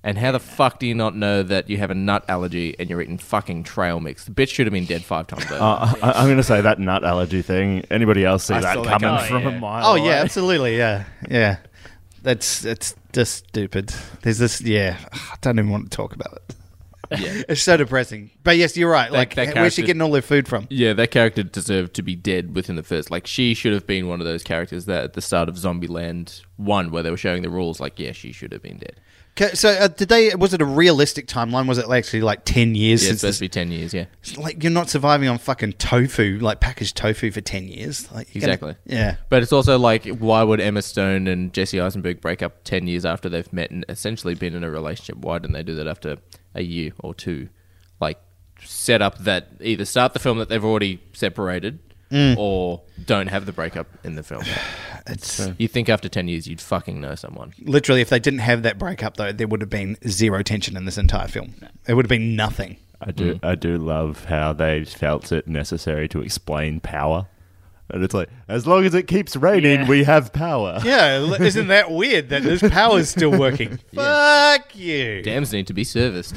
Speaker 5: And how the fuck do you not know that you have a nut allergy and you're eating fucking trail mix? The bitch should have been dead five times over.
Speaker 2: Uh, I, I'm going to say that nut allergy thing. Anybody else see
Speaker 5: I
Speaker 2: that
Speaker 5: saw
Speaker 2: coming
Speaker 5: that
Speaker 1: coming.
Speaker 2: from
Speaker 1: Oh,
Speaker 2: a
Speaker 1: yeah.
Speaker 2: mile?
Speaker 4: Oh yeah,
Speaker 2: away?
Speaker 4: absolutely. Yeah, yeah. That's it's just stupid. There's this. Yeah, I don't even want to talk about it.
Speaker 5: Yeah.
Speaker 4: *laughs* It's so depressing. But yes, you're right. like,
Speaker 5: that
Speaker 4: where's she
Speaker 5: character-
Speaker 4: getting all her food from?
Speaker 5: Yeah, that character deserved to be dead within the first. Like, she should have been one of those characters that at the start of Zombieland 1, where they were showing the rules, like, yeah, she should have been dead.
Speaker 4: 'Kay, So, uh, did they? Was it a realistic timeline? Was it actually like ten years
Speaker 5: Yeah, it's
Speaker 4: since?
Speaker 5: supposed to
Speaker 4: This,
Speaker 5: be 10 years, yeah.
Speaker 4: like, you're not surviving on fucking tofu, like packaged tofu for ten years. Like, you're gonna-
Speaker 5: Exactly.
Speaker 4: yeah.
Speaker 5: But it's also like, why would Emma Stone and Jesse Eisenberg break up 10 years after they've met and essentially been in a relationship? Why didn't they do that after a year or two? Like, set up that either start the film that they've already separated or don't have the breakup in the film.
Speaker 4: It's
Speaker 5: you think after 10 years you'd fucking know someone.
Speaker 4: literally if they didn't have that breakup though, there would have been zero tension in this entire film. It would have been nothing.
Speaker 2: I
Speaker 1: Mm.
Speaker 2: do. I do love how they felt it necessary to explain power, and it's like as long as it keeps raining,
Speaker 1: Yeah.
Speaker 2: we have
Speaker 1: *laughs*
Speaker 2: power.
Speaker 4: Yeah, isn't that weird that this power's still *laughs* working? Fuck you.
Speaker 5: Dams need to be serviced.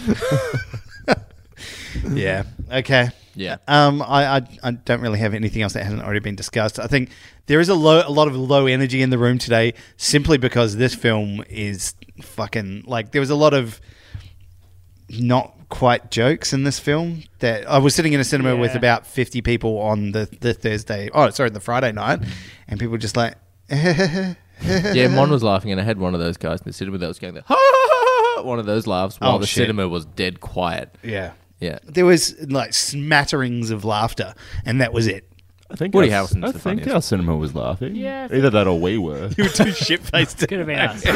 Speaker 4: Yeah. Okay.
Speaker 5: Yeah.
Speaker 4: Um, I, I I don't really have anything else that hasn't already been discussed. I think there is a low a lot of low energy in the room today, simply because this film is fucking like there was a lot of not quite jokes in this film. That I was sitting in a cinema with
Speaker 1: Yeah.
Speaker 4: about fifty people on the, the Thursday. Oh, sorry, the Friday night, and people were just like, *laughs*
Speaker 5: yeah, Mon was laughing, and I had one of those guys in the cinema that was going there. *laughs* "Ha, ha, ha," one of those laughs while
Speaker 4: Oh,
Speaker 5: the
Speaker 4: shit.
Speaker 5: cinema was dead quiet.
Speaker 4: yeah.
Speaker 5: Yeah,
Speaker 4: There was like smatterings of laughter, and that was it.
Speaker 2: I think
Speaker 5: Woody
Speaker 2: our-
Speaker 5: Harrelson's
Speaker 2: I
Speaker 5: the
Speaker 2: think
Speaker 5: funniest.
Speaker 2: our cinema was laughing.
Speaker 1: Yeah, I think-
Speaker 2: Either that or we
Speaker 5: *laughs*
Speaker 2: were.
Speaker 4: You were too shit faced.
Speaker 1: Could have been us. *laughs* no,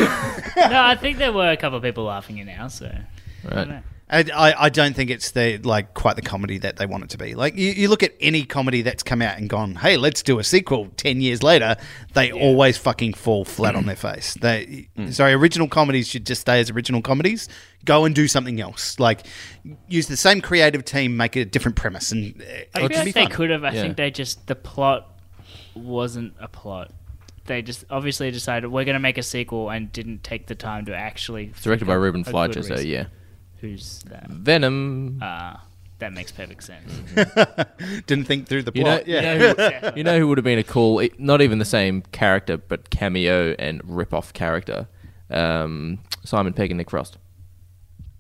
Speaker 1: I think there were a couple of people laughing in ours. So
Speaker 5: right.
Speaker 4: I, I, I don't think it's the like quite the comedy that they want it to be. Like you, you look at any comedy that's come out and gone, hey, let's do a sequel. Ten years later, they always fucking fall flat on their
Speaker 5: Mm.
Speaker 4: face. They sorry, original comedies should just stay as original comedies. Go and do something else. Like use the same creative team, make a different premise, and uh,
Speaker 1: I
Speaker 4: it
Speaker 1: feel
Speaker 4: can be
Speaker 1: like they
Speaker 4: fun.
Speaker 1: could have. I
Speaker 5: Yeah.
Speaker 1: think they just the plot wasn't a plot. They just obviously decided we're going to make a sequel and didn't take the time to actually.
Speaker 5: It's directed by Ruben
Speaker 1: a good
Speaker 5: Fleischer, so
Speaker 1: reason.
Speaker 5: yeah. Mm.
Speaker 1: Who's that?
Speaker 4: Ah,
Speaker 5: Venom.
Speaker 1: Uh, that makes perfect sense.
Speaker 5: Mm.
Speaker 4: Didn't think through the
Speaker 5: you know,
Speaker 4: plot. yeah.
Speaker 5: you, know who, you know who would have been a cool, e- not even the same character, but cameo and rip-off character? Um, Simon Pegg and Nick Frost.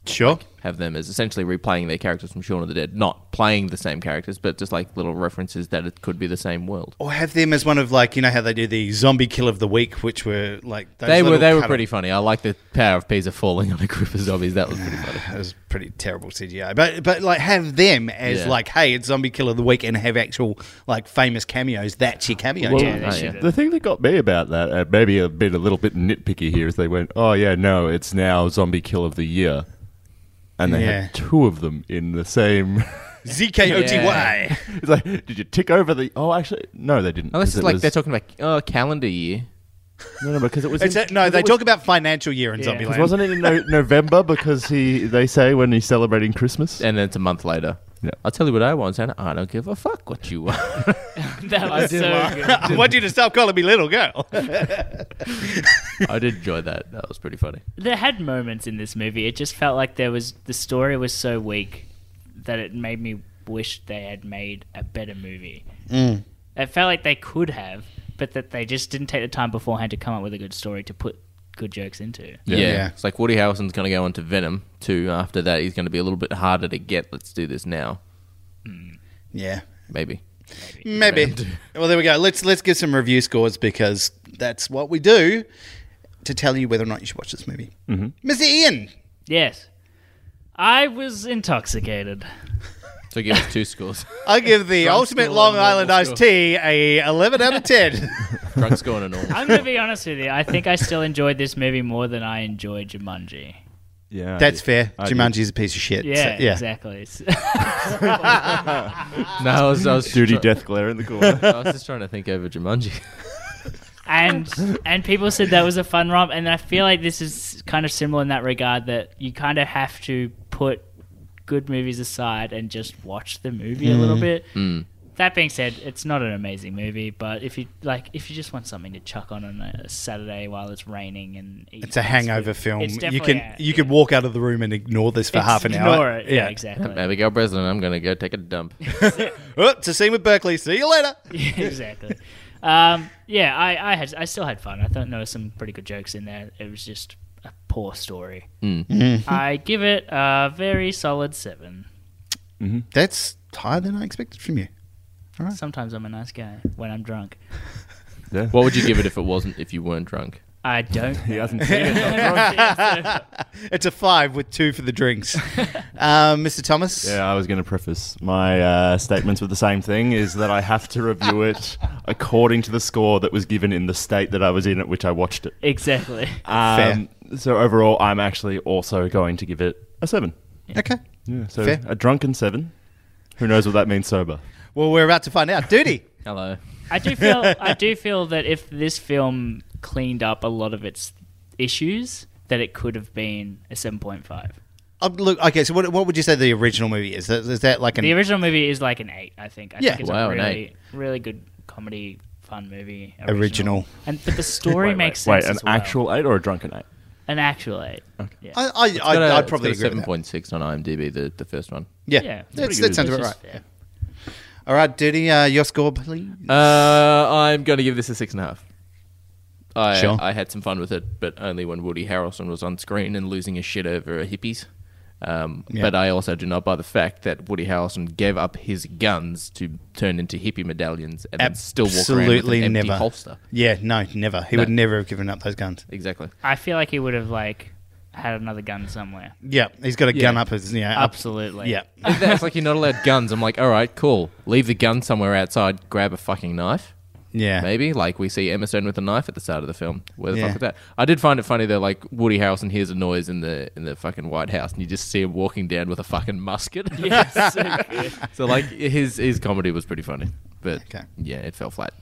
Speaker 4: sure.
Speaker 5: Have them as essentially replaying their characters from Shaun of the Dead, not playing the same characters, but just like little references that it could be the same world.
Speaker 4: Or have them as one of like you know how they do the zombie kill of the week, which were like those
Speaker 5: They were
Speaker 4: little
Speaker 5: they were
Speaker 4: cut-
Speaker 5: pretty funny. I like the power of Pisa falling on a group of zombies. That was pretty funny.
Speaker 4: That was pretty terrible CGI. But but like have them as
Speaker 5: Yeah.
Speaker 4: like, hey, it's Zombie Killer of the Week and have actual like famous cameos. That's your cameo.
Speaker 2: Well, uh,
Speaker 1: Yeah, they
Speaker 5: Oh,
Speaker 1: should
Speaker 5: yeah.
Speaker 1: have.
Speaker 2: The thing that got me about that, uh, maybe a bit, a little bit nitpicky here, is they went, "Oh yeah, no, it's now Zombie Kill of the Year," and they
Speaker 4: Yeah.
Speaker 2: had two of them in the same. *laughs*
Speaker 4: ZKOTY.
Speaker 5: Yeah.
Speaker 2: it's like, did you tick over the? Oh, actually, no, they didn't.
Speaker 5: Unless
Speaker 2: 'cause
Speaker 5: it's
Speaker 2: it
Speaker 5: like
Speaker 2: was-
Speaker 5: they're talking about oh calendar year.
Speaker 2: no, no, because it was
Speaker 4: It's
Speaker 2: in-
Speaker 4: a- no, they
Speaker 2: it was-
Speaker 4: talk about financial year in
Speaker 1: Yeah.
Speaker 4: Zombie
Speaker 2: Because *laughs* wasn't it in no- November? Because he, they say when he's celebrating Christmas.
Speaker 5: and then it's a month later.
Speaker 2: Yeah.
Speaker 5: I'll tell you what I want, Santa. I don't give a fuck what you want.
Speaker 1: *laughs* That was so *laughs* good.
Speaker 4: *laughs* I want you to stop calling me little girl. *laughs*
Speaker 5: I did enjoy that. That was pretty funny.
Speaker 1: There had moments in this movie. It just felt like there was the story was so weak that it made me wish they had made a better movie.
Speaker 4: Mm.
Speaker 1: It felt like they could have, but that they just didn't take the time beforehand to come up with a good story to put good jokes into.
Speaker 5: Yeah.
Speaker 4: Yeah.
Speaker 5: It's like Woody Harrelson's going to go on to Venom 2. After that, he's going to be a little bit harder to get. Let's do this now.
Speaker 4: yeah.
Speaker 5: Maybe.
Speaker 4: Maybe. Well, there we go. Let's let's give some review scores because that's what we do to tell you whether or not you should watch this movie. Mm-hmm. Mr. Ian,
Speaker 1: Yes. I was intoxicated.
Speaker 5: So give us two scores.
Speaker 4: I give the ultimate
Speaker 5: score
Speaker 4: Long
Speaker 5: and normal
Speaker 4: Island iced tea a eleven out of ten.
Speaker 5: Drunk score and a normal.
Speaker 1: I'm going to be honest with you. I think I still enjoyed this movie more than I enjoyed Jumanji.
Speaker 2: Yeah, *laughs* I
Speaker 4: That's
Speaker 2: did.
Speaker 4: fair.
Speaker 2: I did.
Speaker 4: Jumanji's a piece of shit. so-
Speaker 1: Yeah,
Speaker 4: yeah.
Speaker 1: exactly. *laughs*
Speaker 5: No, I was, I was,
Speaker 2: Duty
Speaker 5: try-
Speaker 2: death glare in the
Speaker 5: *laughs*
Speaker 2: corner.
Speaker 5: I was just trying to think over Jumanji. *laughs*
Speaker 1: and and people said that was a fun romp, and I feel like this is kind of similar in that regard that you kind of have to put good movies aside and just watch the movie
Speaker 4: Mm.
Speaker 1: a little bit. That being said, it's not an amazing movie, but if you like, if you just want something to chuck on on a Saturday while it's raining and eat
Speaker 4: It's a
Speaker 1: fast
Speaker 4: hangover
Speaker 1: food,
Speaker 4: film.
Speaker 1: it's
Speaker 4: You
Speaker 1: definitely
Speaker 4: can
Speaker 1: a-
Speaker 4: you could walk out of the room and ignore this for
Speaker 1: It's-
Speaker 4: half an
Speaker 1: ignore
Speaker 4: hour.
Speaker 1: it. Yeah, exactly.
Speaker 5: Abigail Breslin, I'm going to go take a dump.
Speaker 4: Oh, it's a scene with Berkeley. See you later.
Speaker 1: Yeah, *laughs* exactly. Um, yeah, I, I had I still had fun. I thought there were some pretty good jokes in there. It was just a poor story.
Speaker 2: Mm.
Speaker 1: I give it a very solid seven.
Speaker 4: That's higher than I expected from you.
Speaker 1: Sometimes I'm a nice guy when I'm drunk.
Speaker 2: Yeah.
Speaker 5: What would you give it if it wasn't, if you weren't drunk?
Speaker 1: I don't.
Speaker 2: *laughs* he hasn't seen it.
Speaker 4: *laughs* It's a five with two for the drinks. um, Mr. Thomas.
Speaker 2: Yeah, I was going to preface my uh, statements with the same thing: is that I have to review it according to the score that was given in the state that I was in at which I watched it.
Speaker 1: *laughs* exactly.
Speaker 2: Um, So overall, I'm actually also going to give it a seven.
Speaker 4: Okay.
Speaker 2: Yeah, so
Speaker 4: Fair.
Speaker 2: a drunken seven. Who knows what that means sober?
Speaker 4: Well, we're about to find out. Duty.
Speaker 5: Hello.
Speaker 1: I do feel I do feel that if this film cleaned up a lot of its issues, that it could have been a seven point five.
Speaker 4: Um, look, okay. So, what, what would you say the original movie is? Is that- is that like an?
Speaker 1: The original movie is like an eight, I think. I
Speaker 4: Yeah.
Speaker 1: think it's
Speaker 5: Wow,
Speaker 1: a
Speaker 5: an
Speaker 1: really,
Speaker 5: eight.
Speaker 1: really good comedy, fun movie.
Speaker 4: Original.
Speaker 1: And but the story makes
Speaker 2: *laughs* Wait,
Speaker 1: sense.
Speaker 2: an
Speaker 1: as well.
Speaker 2: actual eight or a drunken eight?
Speaker 1: an actual
Speaker 2: *laughs*
Speaker 1: eight.
Speaker 4: I, I, I,
Speaker 5: Got a-
Speaker 4: I'd
Speaker 5: it's
Speaker 4: probably
Speaker 5: got a
Speaker 4: agree with that.
Speaker 5: 7.6 on IMDb, the, the first one.
Speaker 4: Yeah,
Speaker 1: Yeah, it's
Speaker 4: That's,
Speaker 2: pretty
Speaker 4: that
Speaker 2: good.
Speaker 4: sounds
Speaker 1: Which
Speaker 4: about right.
Speaker 1: is fair.
Speaker 4: All right, Duty. Uh, your score, please.
Speaker 5: Uh, I'm going to give this a six and a half. I,
Speaker 4: Sure.
Speaker 5: I had some fun with it, but only when Woody Harrelson was on screen and losing his shit over hippies. Um,
Speaker 4: Yeah.
Speaker 5: But I also do not buy the fact that Woody Harrelson gave up his guns to turn into hippie medallions and then still walk around with
Speaker 4: Absolutely
Speaker 5: an empty
Speaker 4: never.
Speaker 5: holster.
Speaker 4: Yeah, no, never. He would never have given up those guns.
Speaker 5: Exactly.
Speaker 1: I feel like he would have like had another gun somewhere.
Speaker 4: Yeah, he's got a
Speaker 5: Yeah.
Speaker 4: gun up hhis, you know, up.
Speaker 1: Absolutely.
Speaker 4: Yeah.
Speaker 1: *laughs*
Speaker 5: it's like you're not allowed guns. I'm like, all right, cool. Leave the gun somewhere outside. Grab a fucking knife.
Speaker 4: Yeah.
Speaker 5: Maybe like we see Emma Stone with a knife at the start of the film. Where the
Speaker 4: Yeah.
Speaker 5: fuck is that? I did find it funny though. Like Woody Harrelson hears a noise in the in the fucking White House, and you just see him walking down with a
Speaker 1: *laughs*
Speaker 5: fucking musket.
Speaker 1: Yes. Okay.
Speaker 5: *laughs* so like his his comedy was pretty funny, but
Speaker 4: Okay.
Speaker 5: yeah, it fell flat.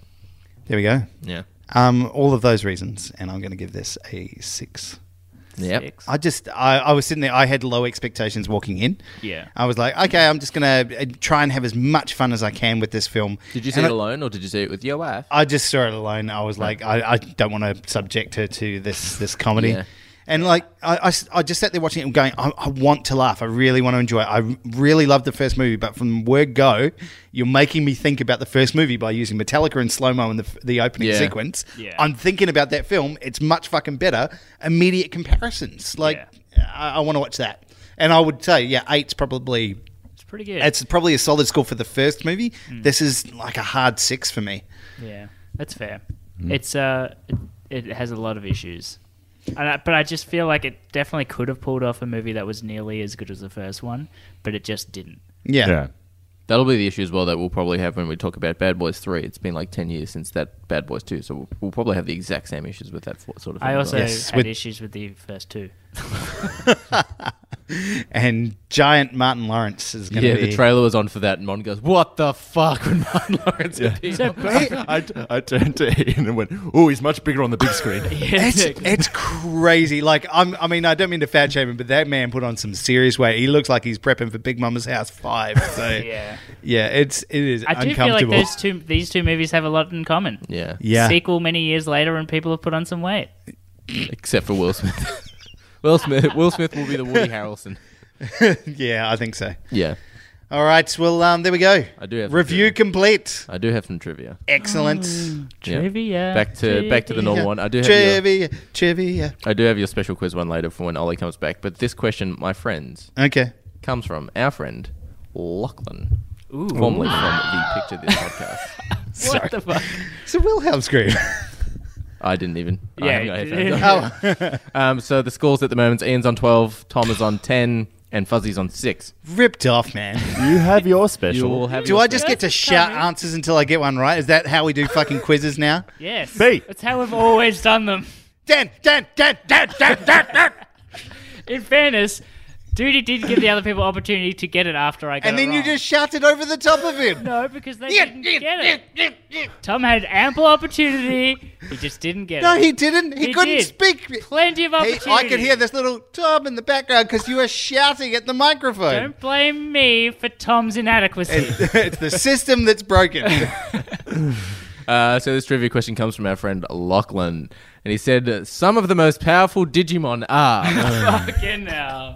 Speaker 4: There we go.
Speaker 5: Yeah,
Speaker 4: Um, all of those reasons, and I'm going to give this a six.
Speaker 5: yeah.
Speaker 1: Six.
Speaker 4: I just, I, I was sitting there, I had low expectations walking in.
Speaker 1: Yeah.
Speaker 4: I was like, okay, I'm just going to try and have as much fun as I can with this film.
Speaker 5: Did you see
Speaker 4: And
Speaker 5: it
Speaker 4: I-
Speaker 5: alone, or did you see it with your wife?
Speaker 4: I just saw it alone. I was like, I, I don't want to subject her to this this comedy.
Speaker 5: Yeah.
Speaker 4: And like, I, I s- I just sat there watching it and going, I, I want to laugh. I really want to enjoy it. I really loved the first movie, but from word go, you're making me think about the first movie by using Metallica in slow mo in the, f- the opening
Speaker 5: Yeah.
Speaker 4: sequence.
Speaker 1: Yeah.
Speaker 4: I'm thinking about that film. It's much fucking better. Immediate comparisons. Like, I, I want to watch that. And I would say, yeah, eight's probably.
Speaker 1: It's pretty good.
Speaker 4: It's probably a solid score for the first movie. This is like a hard six for me.
Speaker 1: yeah. That's fair.
Speaker 2: Mm.
Speaker 1: It's uh, it, it has a lot of issues, and I, but I just feel like it definitely could have pulled off a movie that was nearly as good as the first one, but it just didn't.
Speaker 2: Yeah.
Speaker 5: That'll be the issue as well that we'll probably have when we talk about Bad Boys Three. It's been like ten years since that Bad Boys Two, so we'll, we'll probably have the exact same issues with that sort of. Thing
Speaker 1: I
Speaker 5: as
Speaker 1: also
Speaker 5: well.
Speaker 4: Yes,
Speaker 1: had
Speaker 4: with-
Speaker 1: issues with the first
Speaker 4: *laughs*
Speaker 1: two.
Speaker 4: and giant Martin Lawrence is going to
Speaker 5: yeah,
Speaker 4: be
Speaker 5: the trailer was on for that, and Mon goes, "What the fuck?" *laughs* When Martin Lawrence
Speaker 2: *laughs*
Speaker 5: appears.
Speaker 2: I, I turned to Ian and went, "Oh, he's much bigger on the big screen."
Speaker 4: It's, it's crazy. Like I'm, I mean, I don't mean to fat shame him, but that man put on some serious weight. He looks like he's prepping for Big Mama's House Five. So
Speaker 1: *laughs* Yeah.
Speaker 4: yeah, it's it is
Speaker 1: I do feel like
Speaker 4: uncomfortable.
Speaker 1: those two, these two movies have a lot in common.
Speaker 5: Yeah,
Speaker 4: yeah,
Speaker 1: Sequel many years later, and people have put on some weight.
Speaker 5: except for Will Smith. *laughs* Will Smith. Will Smith will be the Woody Harrelson.
Speaker 4: yeah, I think so.
Speaker 5: Yeah,
Speaker 4: All right, well, um, there we go.
Speaker 5: I do have some
Speaker 4: review
Speaker 5: trivia.
Speaker 1: Mm.
Speaker 4: complete.
Speaker 5: I do have some trivia.
Speaker 4: Excellent.
Speaker 5: Yeah.
Speaker 1: Trivia.
Speaker 5: Back to back to the normal
Speaker 4: Yeah.
Speaker 5: Oh, one. I do have your,
Speaker 4: trivia, trivia.
Speaker 5: I do have your special quiz one later for when Ollie comes back. But this question, my friends,
Speaker 4: Okay.
Speaker 5: comes from our friend Lachlan, formerly from the Picture This podcast.
Speaker 1: What the fuck?
Speaker 4: It's a Wilhelm scream. *laughs*
Speaker 5: I didn't even. I haven't got headphones on.
Speaker 1: Yeah.
Speaker 4: oh,
Speaker 5: *laughs* Um, so the scores at the moment: Ian's on twelve, Tom is on ten, and Fuzzy's on six.
Speaker 4: ripped off, man.
Speaker 2: You have your
Speaker 5: You
Speaker 2: special.
Speaker 5: all have.
Speaker 4: Do
Speaker 5: your
Speaker 4: I just get to shout answers until I get one right? Is that how we do fucking quizzes now?
Speaker 1: Yes.
Speaker 2: B.
Speaker 1: That's how we've always done them.
Speaker 4: Dan, Dan, Dan, Dan, Dan, Dan, Dan.
Speaker 1: In fairness, Duty did give the other people opportunity to get it after I got
Speaker 4: And
Speaker 1: it
Speaker 4: then you
Speaker 1: wrong.
Speaker 4: just shouted over the top of him.
Speaker 1: No, because they didn't get it. Tom had ample opportunity. He just didn't get
Speaker 4: No,
Speaker 1: it.
Speaker 4: he didn't. He,
Speaker 1: He
Speaker 4: couldn't
Speaker 1: did.
Speaker 4: speak.
Speaker 1: Plenty of
Speaker 4: He,
Speaker 1: opportunity.
Speaker 4: I could hear this little Tom in the background because you were shouting at the microphone.
Speaker 1: Don't blame me for Tom's inadequacy.
Speaker 4: *laughs* it's the system that's broken. *laughs*
Speaker 5: Uh, so this trivia question comes from our friend Lachlan, and he said uh, some of the most powerful Digimon
Speaker 1: *laughs*
Speaker 5: are
Speaker 1: Again now.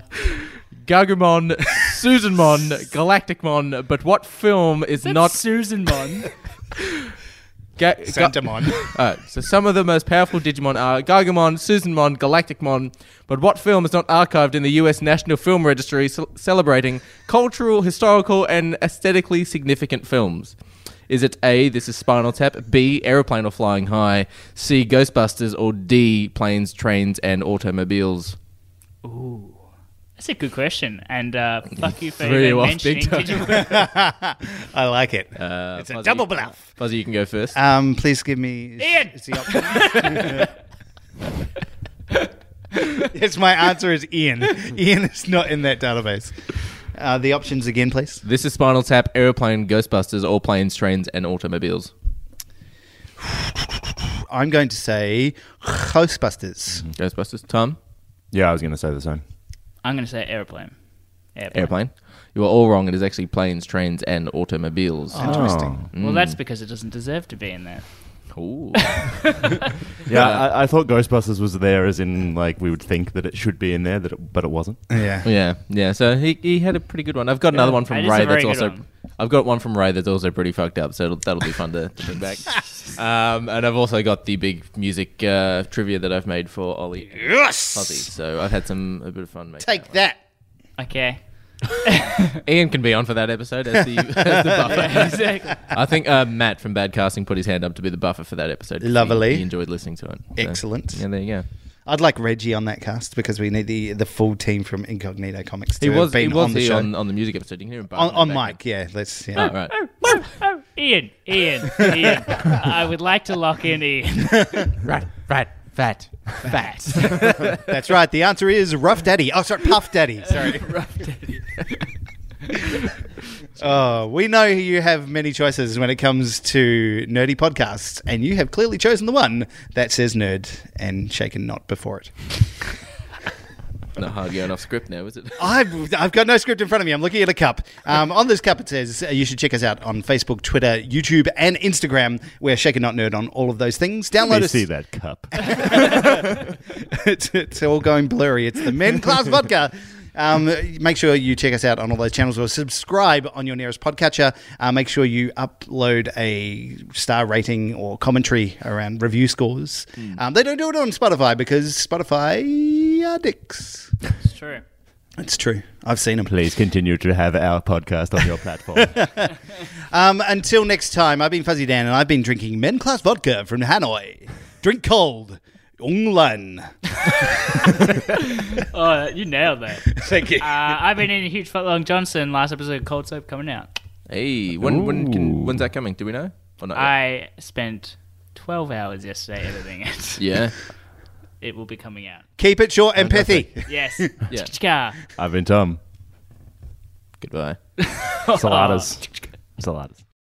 Speaker 5: Gagumon, Susanmon, Galacticmon. But what film is not
Speaker 1: Susan Mon.
Speaker 5: Ga- Ga- *laughs*
Speaker 4: Santamon.
Speaker 5: Uh, so some of the most powerful Digimon are Gargamon, Susanmon, Galacticmon. But what film is not archived in the U.S. National Film Registry ce- celebrating cultural, historical, and aesthetically significant films? Is it A. This is Spinal Tap, B. Aeroplane or Flying High, C. Ghostbusters, or D. Planes, Trains, and Automobiles?
Speaker 1: That's a good question. And uh, fuck you for
Speaker 5: Threw
Speaker 1: even
Speaker 5: you off
Speaker 1: mentioning.
Speaker 5: big time.
Speaker 1: Did you-
Speaker 4: I like it.
Speaker 5: Uh,
Speaker 4: it's a
Speaker 5: Fuzzy-
Speaker 4: double bluff.
Speaker 5: Fuzzy, you can go first.
Speaker 4: Um, please give me.
Speaker 1: Ian!
Speaker 4: It's, the option. *laughs* Yes, my answer is Ian. Ian is not in that database. Uh, the options again, please.
Speaker 5: this is Spinal Tap, Aeroplane, Ghostbusters, or Planes, Trains, and Automobiles.
Speaker 4: I'm going to say Ghostbusters.
Speaker 5: Mm-hmm. Ghostbusters, Tom?
Speaker 2: yeah, I was going to say the same.
Speaker 1: I'm going to say airplane. Airplane.
Speaker 5: Airplane. You are all wrong. It is actually planes, trains, and automobiles.
Speaker 2: Interesting.
Speaker 1: Well,
Speaker 5: Mm.
Speaker 1: that's because it doesn't deserve to be in there. Oh.
Speaker 5: Ooh.
Speaker 2: Yeah, I, I thought Ghostbusters was there, as in like we would think that it should be in there, that it, but it wasn't.
Speaker 4: Yeah.
Speaker 5: *laughs* yeah, yeah. So he, he had a pretty good one. I've got another one from
Speaker 1: That is a
Speaker 5: Ray
Speaker 1: very
Speaker 5: that's
Speaker 1: good
Speaker 5: also.
Speaker 1: one.
Speaker 5: I've got one from Ray that's also pretty fucked up. So it'll, that'll be fun to, to bring
Speaker 1: *laughs*
Speaker 5: back. Um, and I've also got the big music uh, trivia that I've made for Ollie. Yes. Fuzzy. So I've had some a bit of fun making.
Speaker 4: Take that.
Speaker 1: Okay.
Speaker 5: Ian can be on for that episode as the,
Speaker 1: *laughs*
Speaker 5: *laughs* as the buffer.
Speaker 1: Exactly.
Speaker 5: I think uh, Matt from Bad Casting put his hand up to be the buffer for that episode. 'cause he-
Speaker 4: Lovely.
Speaker 5: He, enjoyed listening to it. So,
Speaker 4: Excellent.
Speaker 5: yeah, there you go.
Speaker 4: I'd like Reggie on that cast because we need the the full team from Incognito Comics to
Speaker 5: He was,
Speaker 4: have
Speaker 5: he
Speaker 4: been
Speaker 5: was
Speaker 4: on the
Speaker 5: here
Speaker 4: show.
Speaker 5: on, on the music episode. You can hear him barking
Speaker 4: on,
Speaker 5: in the
Speaker 4: on
Speaker 5: background.
Speaker 4: mic, yeah. Let's yeah.
Speaker 5: Oh, right.
Speaker 1: Oh, Ian, Ian, Ian. I would like to lock in
Speaker 5: *laughs*
Speaker 1: Ian.
Speaker 5: Right, right, fat,
Speaker 1: *laughs*
Speaker 5: fat.
Speaker 4: That's right. The answer is Rough Daddy. Oh, sorry, Puff
Speaker 5: *laughs*
Speaker 4: Daddy. Sorry.
Speaker 5: Rough daddy.
Speaker 4: *laughs* Oh, we know you have many choices when it comes to nerdy podcasts, and you have clearly chosen the one that says nerd and shaken not before it. *laughs*
Speaker 5: Not hard going off script now, is it?
Speaker 4: I've, I've got no script in front of me. I'm looking at a cup. Um, on this cup, it says uh, you should check us out on Facebook, Twitter, YouTube, and Instagram. We're Shaken Not Nerd on all of those things. Download
Speaker 2: Let me
Speaker 4: us.
Speaker 2: see that cup.
Speaker 4: *laughs* it's, it's all going blurry. It's the
Speaker 2: *laughs*
Speaker 4: Men Class Vodka. Um, make sure you check us out on all those channels or subscribe on your nearest podcatcher. Uh, make sure you upload a star rating or commentary around review scores.
Speaker 2: Hmm.
Speaker 4: Um, they don't do it on Spotify because Spotify are dicks.
Speaker 1: It's true.
Speaker 4: It's true. I've seen them.
Speaker 2: Please continue to have our podcast on your platform.
Speaker 4: Um, until next time, I've been Fuzzy Dan and I've been drinking Men Class Vodka from Hanoi. Drink cold. Unglan.
Speaker 1: Oh, you nailed that.
Speaker 4: Thank you.
Speaker 1: Uh, I've been in a huge Foot Long Johnson. Last episode of Cold Soap coming out.
Speaker 5: Hey, when, when can, when's that coming? Do we know? Or not yet?
Speaker 1: I spent 12 hours yesterday editing it.
Speaker 5: yeah.
Speaker 1: It will be coming out.
Speaker 4: Keep it short and pithy.
Speaker 1: Yes.
Speaker 5: *laughs* Yeah.
Speaker 1: Chica.
Speaker 2: I've been Tom.
Speaker 5: Goodbye.
Speaker 2: Saladas. Saladas.